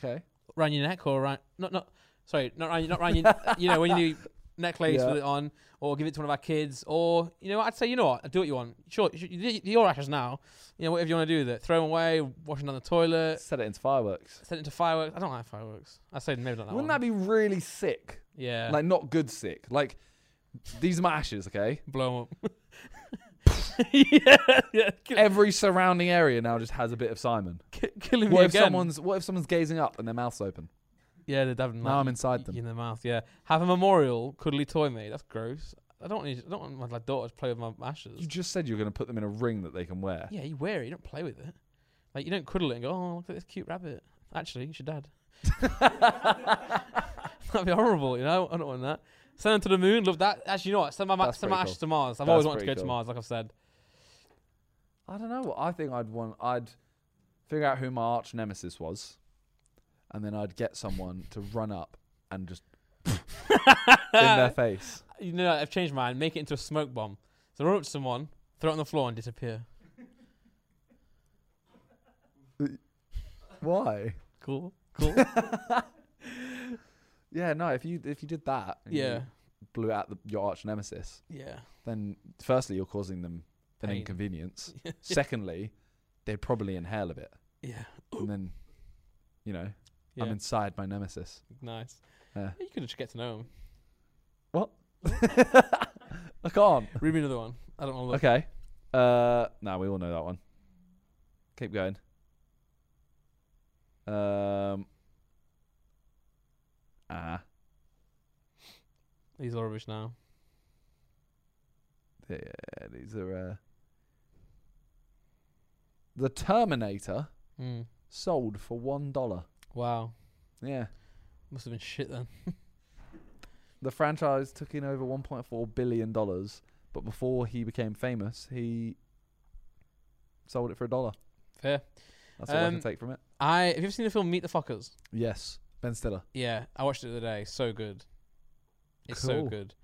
S2: Okay.
S1: around your neck or around not not sorry not around not around your
S2: (laughs)
S1: you know when you do necklace
S2: Yeah.
S1: with it on or give it to one of our kids or you know what, I'd say you know what do what you want sure you- you- your ashes now you know whatever you want to do with it throw them away wash them down the toilet
S2: Set it into fireworks.
S1: send it to fireworks I don't like fireworks I say maybe not that
S2: Wouldn't
S1: one
S2: that be really sick?
S1: yeah
S2: Like not good sick. Like these are my ashes, okay?
S1: blow 'em up
S2: (laughs)
S1: (laughs) yeah yeah kill,
S2: Every surrounding area now just has a bit of Simon.
S1: ki- killing (laughs) me
S2: What if
S1: again
S2: someone's what if someone's gazing up and their mouth's open?
S1: yeah they're having
S2: Now
S1: like,
S2: I'm inside them.
S1: in the mouth yeah have a memorial cuddly toy made that's gross I don't want I don't want my like, daughter to play with my ashes
S2: You just said you were gonna put them in a ring that they can wear.
S1: Yeah, you wear it. You don't play with it. Like you don't cuddle it and go, "Oh, look at this cute rabbit." Actually, you should dad. (laughs) That'd be horrible, you know. I don't want that. Send them to the moon. Love that. Actually, you know what? Send my ma-
S2: That's
S1: send my
S2: pretty
S1: ashes to Mars. I've always
S2: That's
S1: wanted to go
S2: pretty
S1: to
S2: cool.
S1: Mars, like I've
S2: (laughs)
S1: said. (laughs)
S2: I don't know. I think I'd want I'd figure out who my arch nemesis was, and then I'd get someone to run up
S1: (laughs)
S2: and just in their face.
S1: you know, I've changed mine. Make it into a smoke bomb. So run up to someone, throw it on the floor, and disappear.
S2: Why?
S1: Cool,
S2: (laughs)
S1: cool.
S2: Yeah, no. If you if you did that, and you
S1: yeah,
S2: blew out the, your arch nemesis.
S1: yeah.
S2: Then, firstly, you're causing them an
S1: Pain. (laughs)
S2: inconvenience. Secondly, they'd probably inhale a bit,
S1: Yeah,
S2: and then, you know,
S1: yeah.
S2: I'm inside my
S1: (laughs)
S2: nemesis. (laughs)
S1: nice.
S2: Yeah.
S1: You could just get to know him.
S2: I can't.
S1: Read me another one. I don't want to look.
S2: Okay. Uh, now we all know that one. Keep going. Um. Ah,
S1: These are rubbish now.
S2: yeah, these are uh. The Terminator
S1: Mm.
S2: sold for one dollar.
S1: Wow,
S2: Yeah,
S1: must have been shit then.
S2: the franchise took in over one point four billion dollars, but before he became famous, he sold it for a dollar.
S1: Fair.
S2: That's all I
S1: Um,
S2: can take from it.
S1: I have you ever seen the film Meet the Fuckers?
S2: Yes, Ben Stiller.
S1: Yeah, I watched it the other day. So good. It's so
S2: Cool.
S1: good.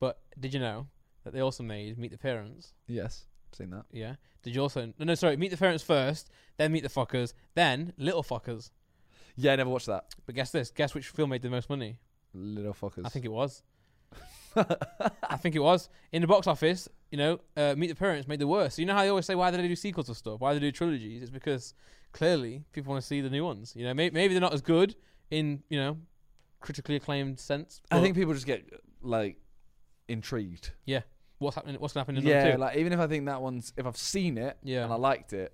S1: But did you know that they also made Meet the Parents?
S2: Yes, seen that.
S1: Yeah. Did you also no no sorry Meet the Parents first, then Meet the Fuckers, then Little Fuckers.
S2: Yeah, I never watched that.
S1: But guess this. Guess which film made the most money?
S2: Little fuckers.
S1: I think it was. I think it was in the box office. You know, uh, Meet the Parents made the worst. So you know how they always say why do they do sequels of stuff? Why do they do trilogies? It's because clearly people want to see the new ones. You know, maybe, maybe they're not as good in you know critically acclaimed sense.
S2: I
S1: but-
S2: think people just get like intrigued.
S1: what's happening what's gonna happen in number
S2: Yeah,
S1: two.
S2: like even if I think that one's if I've seen it
S1: yeah.
S2: and I liked it,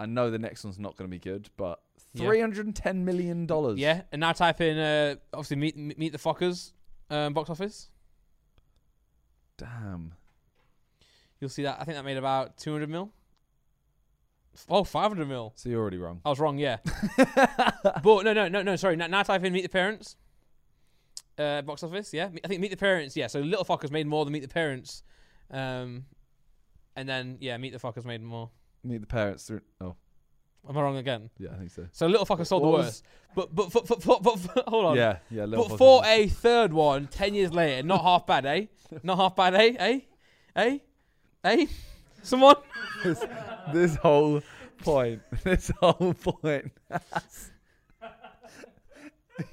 S2: I know the next one's not going to be good. But
S1: Yeah.
S2: three hundred and ten million dollers.
S1: yeah, and now type in uh obviously meet meet the fuckers um, box office.
S2: Damn.
S1: You'll see that I think that made about 200 mil. Oh, 500 mil.
S2: So you're already (laughs) wrong.
S1: I was wrong, yeah. but no no no no sorry. Now, now type in meet the parents. Uh, box office, yeah. I think meet the parents, yeah. So little fuckers made more than meet the parents. Um and then yeah, meet the fuckers made more.
S2: Meet the parents. Through, oh,
S1: Am I wrong again?
S2: yeah, I think so.
S1: So little fuckers sold the
S2: What was-
S1: worst. But but but, but, but, but, but hold on.
S2: Yeah, yeah. Little
S1: But
S2: fuckers.
S1: for a third one, ten years later, not half bad, eh? Not half bad, eh? Eh? Eh? Eh? Someone?
S2: (laughs) this, this whole point. (laughs) This whole point. (laughs)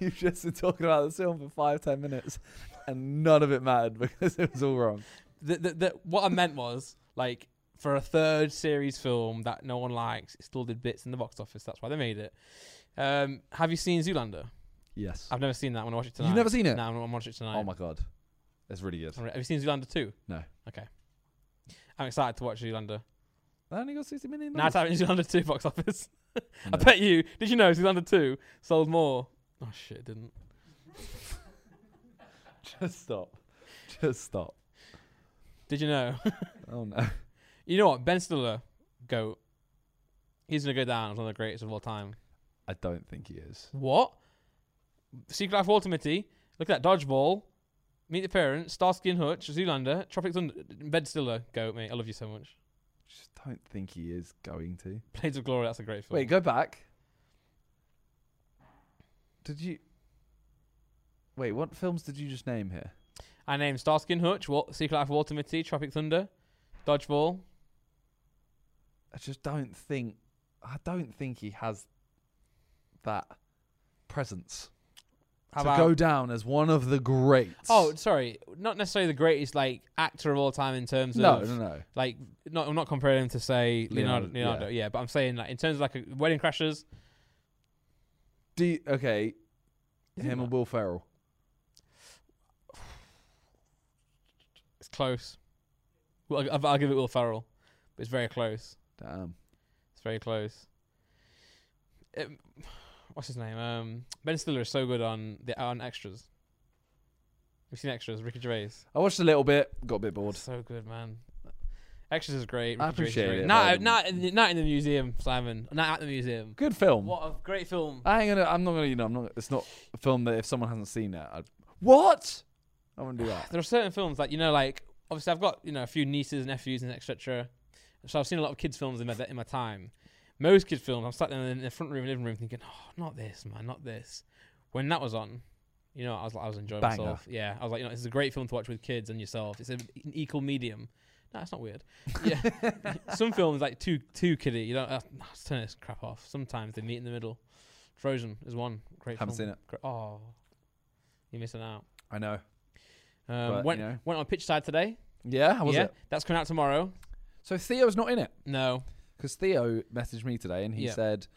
S2: You've just been talking about this film for five, ten minutes, and none of it mattered (laughs) because it was all wrong.
S1: The, the, the, what I meant was, like, for a third series film that no one likes, it still did bits in the box office. That's why they made it. Um, have you seen Zoolander?
S2: Yes.
S1: I've never seen that. I'm going to watch it tonight.
S2: You've never seen it?
S1: No, I'm going to watch it tonight.
S2: Oh my god, that's really good.
S1: Have you seen Zoolander 2?
S2: No.
S1: Okay. I'm excited to watch Zoolander.
S2: I only got sixty million.
S1: Now type in
S2: (laughs)
S1: Zoolander 2 box office. I
S2: No.
S1: bet you. Did you know Zoolander 2 sold more? Oh, shit, it didn't. (laughs)
S2: (laughs) Just stop. Just stop.
S1: Did you know? (laughs)
S2: Oh no. (laughs)
S1: You know what? Ben Stiller, goat. He's gonna go down as one of the greatest of all time.
S2: I don't think he is.
S1: What? Secret Life of Ultimacy. Look at that dodgeball. Meet the Parents. Starsky and Hutch. Zoolander. Tropic Thunder. Ben Stiller, goat mate. I love you so much. (laughs)
S2: Just don't think he is going to.
S1: Blades of Glory. That's a great film.
S2: Wait, go back. Did you? Wait, what films did you just name here?
S1: I named Starsky and Hutch. What? Secret Life of Ultimacy. Tropic Thunder. Dodgeball.
S2: I just don't think. I don't think he has that presence
S1: How
S2: to
S1: about-
S2: go down as one of the greats.
S1: Oh, sorry, not necessarily the greatest like actor of all time in terms of
S2: no, no, no.
S1: like not I'm not comparing him to say Leonardo
S2: Leonardo,
S1: Leonardo, yeah. but I'm saying like in terms of like a Wedding Crashers,
S2: Do you- okay,
S1: Is it
S2: him
S1: not?
S2: and Will Ferrell.
S1: it's close. Well, I'll, I'll give it Will Ferrell, but it's very close.
S2: Damn.
S1: It's very close. Um, what's his name? Um, ben Stiller is so good on the on extras. We've seen extras. Ricky Gervais,
S2: I watched a little bit, got a bit bored.
S1: so good, man. Extras is great. Ricky
S2: I
S1: Gervais is
S2: appreciate
S1: great.
S2: it, um,
S1: Not
S2: but-
S1: not in the- not in the museum, Simon. Not at the museum.
S2: Good film.
S1: What a great film!
S2: I ain't gonna. I'm not gonna. You know, I'm not. It's not a film that if someone hasn't seen it, I'd, what? I wouldn't do that.
S1: there are certain films that you know, like obviously I've got you know a few nieces, nephews, and etc. So I've seen a lot of kids films in my in my time. Most kids films, I'm sat there in the front room, living room, thinking, oh, not this, man, not this. When that was on, you know, I was like, I was enjoying
S2: Banger.
S1: myself. Yeah, I was like, you know, this is a great film to watch with kids and yourself. It's a, an equal medium. No, it's not weird. (laughs) Yeah, some films like too too kiddie. You don't. Uh, nah, let's turn this crap off. Sometimes they meet in the middle. Frozen is one great.
S2: (laughs) Haven't
S1: film.
S2: seen it.
S1: Gre- Oh, you're missing out.
S2: I know.
S1: Um,
S2: But,
S1: went
S2: you know.
S1: went on pitch side today.
S2: Yeah. How was
S1: yeah,
S2: it?
S1: that's coming out tomorrow.
S2: So Theo's not in it
S1: No,
S2: because Theo messaged me today and he
S1: Yeah.
S2: said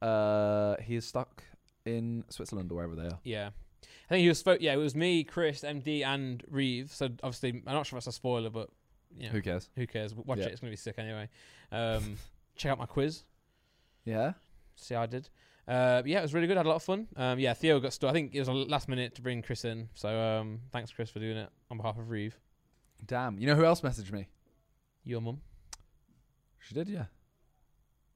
S2: uh, he is stuck in Switzerland or wherever they are.
S1: yeah, I think he was. Spo- yeah, it was me, Chris, MD, and Reeve. So obviously, I'm not sure if that's a spoiler, but you know,
S2: Who cares?
S1: who cares? Watch
S2: Yeah.
S1: it; it's gonna be sick anyway. Um, (laughs) check out my quiz.
S2: Yeah.
S1: See how I did. Uh, yeah, it was really good. I had a lot of fun. Um, yeah, Theo got stuck. I think it was a last minute to bring Chris in. So um, thanks, Chris, for doing it on behalf of Reeve,
S2: Damn. You know who else messaged me?
S1: your mum.
S2: She did. Yeah.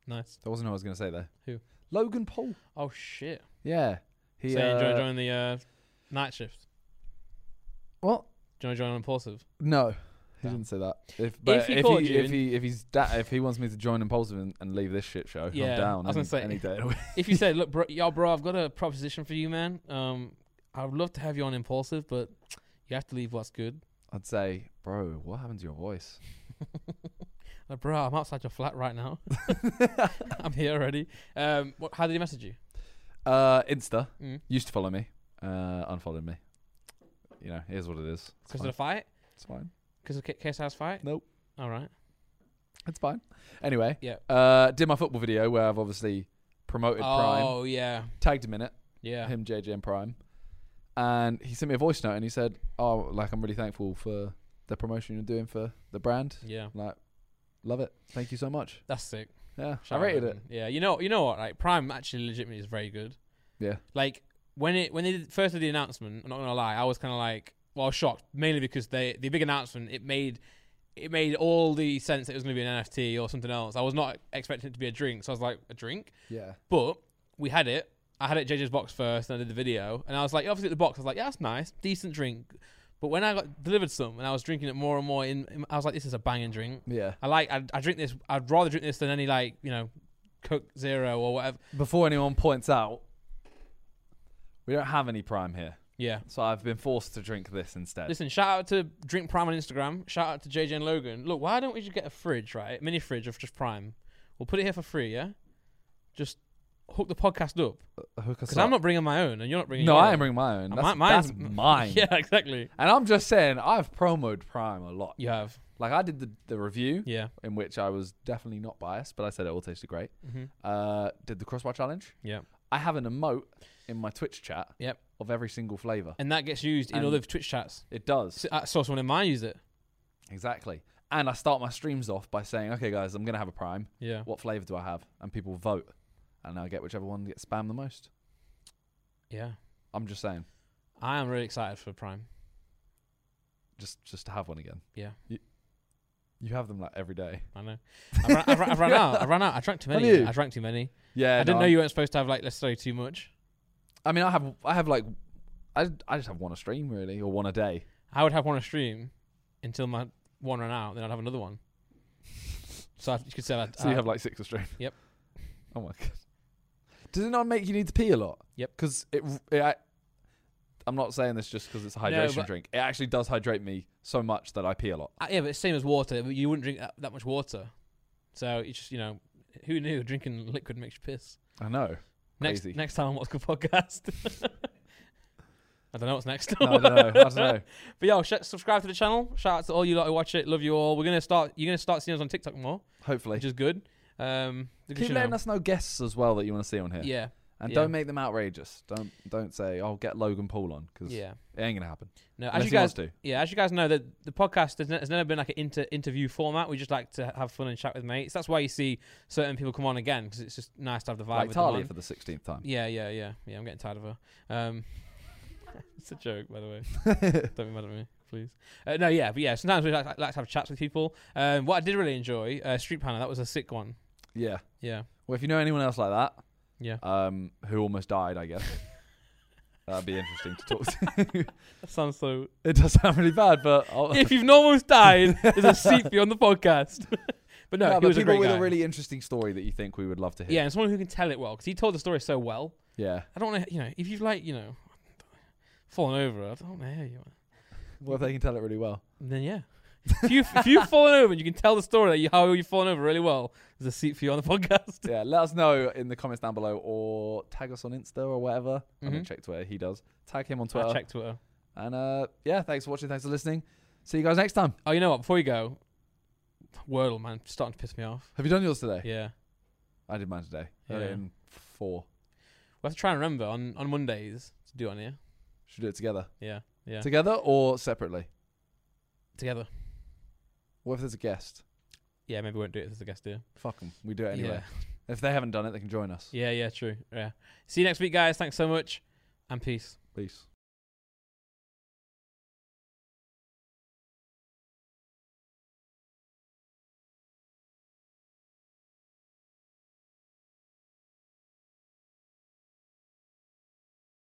S1: Nice.
S2: That wasn't who I was gonna say though.
S1: Who?
S2: Logan Paul.
S1: Oh shit!
S2: Yeah. He.
S1: so you
S2: uh,
S1: enjoy joining the uh, night shift?
S2: What?
S1: Do you want to join on impulsive?
S2: No. He
S1: No.
S2: didn't say that. If, but if
S1: he
S2: he,
S1: called you
S2: if
S1: and-
S2: he if he's da- if he wants me to join Impulsive and, and leave this shit show,
S1: Yeah,
S2: I'm down.
S1: I was gonna
S2: any,
S1: say-
S2: any day of the week.
S1: (laughs) if you said, "Look, bro, yo, bro, I've got a proposition for you, man. Um, I would love to have you on Impulsive, but you have to leave what's good."
S2: I'd say, bro, what happened to your voice?
S1: Like, bro, I'm outside your flat right
S2: (laughs)
S1: now. (laughs) I'm here already. Um, what, how did he message you?
S2: Uh, Insta
S1: Mm.
S2: used to follow me, uh, unfollowed me. You know, here's what it is. It's
S1: Because of the
S2: fine.
S1: fight?
S2: It's fine.
S1: Because of K- KSI's fight?
S2: Nope.
S1: All right.
S2: It's fine. Anyway,
S1: Yeah.
S2: Uh, did my football video where I've obviously promoted Prime,
S1: Oh yeah,
S2: tagged him in it,
S1: yeah.
S2: him JJ and Prime, and he sent me a voice note and he said, "Oh, like I'm really thankful for the promotion you're doing for the brand.
S1: Yeah,
S2: I'm like, love it. Thank you so much.
S1: that's sick.
S2: Yeah,
S1: Shout out
S2: I rated
S1: to
S2: it.
S1: him. Yeah, you know, you know what? Like Prime actually legitimately is very good.
S2: Yeah.
S1: Like when it when they did, first did the announcement, I'm not gonna lie, I was kind of like, well, I was shocked mainly because they the big announcement it made it made all the sense that it was gonna be an NFT or something else. I was not expecting it to be a drink, so I was like, a drink.
S2: Yeah,
S1: But we had it. I had it at JJ's box first, and I did the video, and I was like, obviously at the box, I was like, yeah, that's nice, decent drink. But when I got delivered some, and I was drinking it more and more, in, in I was like, this is a banging drink.
S2: yeah.
S1: I like. I, I drink this. I'd rather drink this than any like you know, Coke Zero or whatever.
S2: Before anyone points out, we don't have any Prime here.
S1: Yeah.
S2: So I've been forced to drink this instead.
S1: Listen. Shout out to Drink Prime on Instagram. Shout out to JJ and Logan. Look, why don't we just get a fridge, right? Mini fridge of just Prime. We'll put it here for free. Yeah. Just hook the podcast up
S2: Hook us
S1: because I'm not bringing my own, and you're not bringing.
S2: no,
S1: your
S2: I
S1: own.
S2: am bringing my own.
S1: Uh,
S2: That's,
S1: mi- mine's-
S2: that's
S1: (laughs)
S2: mine.
S1: Yeah, exactly.
S2: And I'm just saying, I've promoted Prime a lot.
S1: You have.
S2: Like I did the, the review,
S1: Yeah.
S2: in which I was definitely not biased, but I said it all tasted great.
S1: Mm-hmm.
S2: Uh, did the crossbar challenge?
S1: Yeah.
S2: I have an emote in my Twitch chat.
S1: Yep.
S2: Of every single flavor,
S1: And that gets used in
S2: And-
S1: other Twitch chats. uh,
S2: it does
S1: So, I saw someone in mine use it.
S2: exactly. And I start my streams off by saying, "Okay, guys, I'm gonna have a Prime.
S1: Yeah.
S2: What flavor do I have?" And people vote, and I get whichever one gets spammed the most.
S1: Yeah.
S2: I'm just saying,
S1: I am really excited for Prime.
S2: just just to have one again.
S1: Yeah.
S2: You, you have them like every day.
S1: I know. I've run, I've run, I've run out. I've run out. I drank too
S2: Have
S1: many.
S2: you?
S1: I drank too many.
S2: Yeah,
S1: I
S2: no,
S1: didn't know
S2: I'm-
S1: you weren't supposed to have like necessarily too much.
S2: I mean, I have, I have like, I, I just have one a stream really, or one a day.
S1: I would have one a stream until my one ran out, then I'd have another one. So I, you could say that.
S2: So you have like six a stream.
S1: Uh, Yep.
S2: Oh my god. Does it not make you need to pee a lot?
S1: Yep.
S2: Because it, it I, I'm not saying this just because it's a hydration
S1: but-
S2: drink. It actually does hydrate me so much that I pee a lot.
S1: uh, yeah, but it's same as water. But you wouldn't drink that, that much water. So it's just you know, who knew drinking liquid makes you piss?
S2: I know.
S1: Next,
S2: Crazy.
S1: next time on What's Good Podcast. (laughs) I don't know what's next.
S2: (laughs) No, I don't know. I don't know.
S1: (laughs) But yo, sh- subscribe to the channel. Shout out to all you lot who watch it. Love you all. We're gonna start. You're gonna start seeing us on TikTok more,
S2: Hopefully.
S1: which is good. Um, because,
S2: Keep
S1: you
S2: letting
S1: know,
S2: us know guests as well that you want to see on here.
S1: Yeah,
S2: And
S1: yeah.
S2: don't make them outrageous. Don't don't say, "Oh, get Logan Paul on," because
S1: yeah.
S2: it ain't gonna happen.
S1: No,
S2: Unless
S1: as you
S2: he wants
S1: guys,
S2: to.
S1: yeah, as you guys know, that the podcast has, ne- has never been like an inter interview format. We just like to have fun and chat with mates. That's why you see certain people come on again because it's just nice to have the vibe.
S2: like
S1: with them
S2: Talia
S1: on.
S2: for the sixteenth time.
S1: Yeah, yeah, yeah, yeah. I'm getting tired of her. Um, (laughs) it's a joke, by the
S2: (laughs)
S1: way. Don't be mad at me, please. Uh, no, yeah, but yeah. Sometimes we like, like to have chats with people. Um, what I did really enjoy, uh, Street Panel. That was a sick one.
S2: Yeah.
S1: Yeah,
S2: Well, if you know anyone else like that,
S1: yeah.
S2: um, who almost died, I guess (laughs) that'd be interesting to (laughs) talk to.
S1: That sounds so.
S2: it does sound really bad, but I'll,
S1: (laughs) if you've almost died, there's a seat for you on the podcast. (laughs) but no,
S2: No,
S1: he
S2: but
S1: was a
S2: people
S1: great
S2: with
S1: guy.
S2: a really interesting story that you think we would love to hear.
S1: yeah, and someone who can tell it well because he told the story so well.
S2: Yeah.
S1: I don't want to, you know, if you've like, you know, fallen over, I don't want to hear you.
S2: Well, if they can tell it really
S1: (laughs)
S2: well.
S1: And then yeah, if you if you've fallen over and you can tell the story that you, how you've fallen over really well, there's a seat for you on the podcast.
S2: Yeah, let us know in the comments down below or tag us on Insta or whatever. I haven't
S1: Mhm.
S2: checked Twitter. He does. Tag him on
S1: I
S2: Twitter.
S1: check Twitter.
S2: And uh, yeah, thanks for watching. Thanks for listening. See you guys next time.
S1: Oh, you know what? Before you go, Wordle man, it's starting to piss me off.
S2: Have you done yours today?
S1: Yeah,
S2: I did mine today.
S1: Yeah.
S2: Um, four.
S1: we have to try and remember on on Mondays to do it on here.
S2: Should we do it together.
S1: Yeah, yeah,
S2: Together or separately?
S1: together.
S2: What if there's a guest?
S1: Yeah, maybe we won't do it as a guest do.
S2: Fuck 'em. We do it anyway.
S1: Yeah.
S2: If they haven't done it, they can join us.
S1: Yeah, yeah, true. Yeah. See you next week, guys. Thanks so much, and peace.
S2: Peace.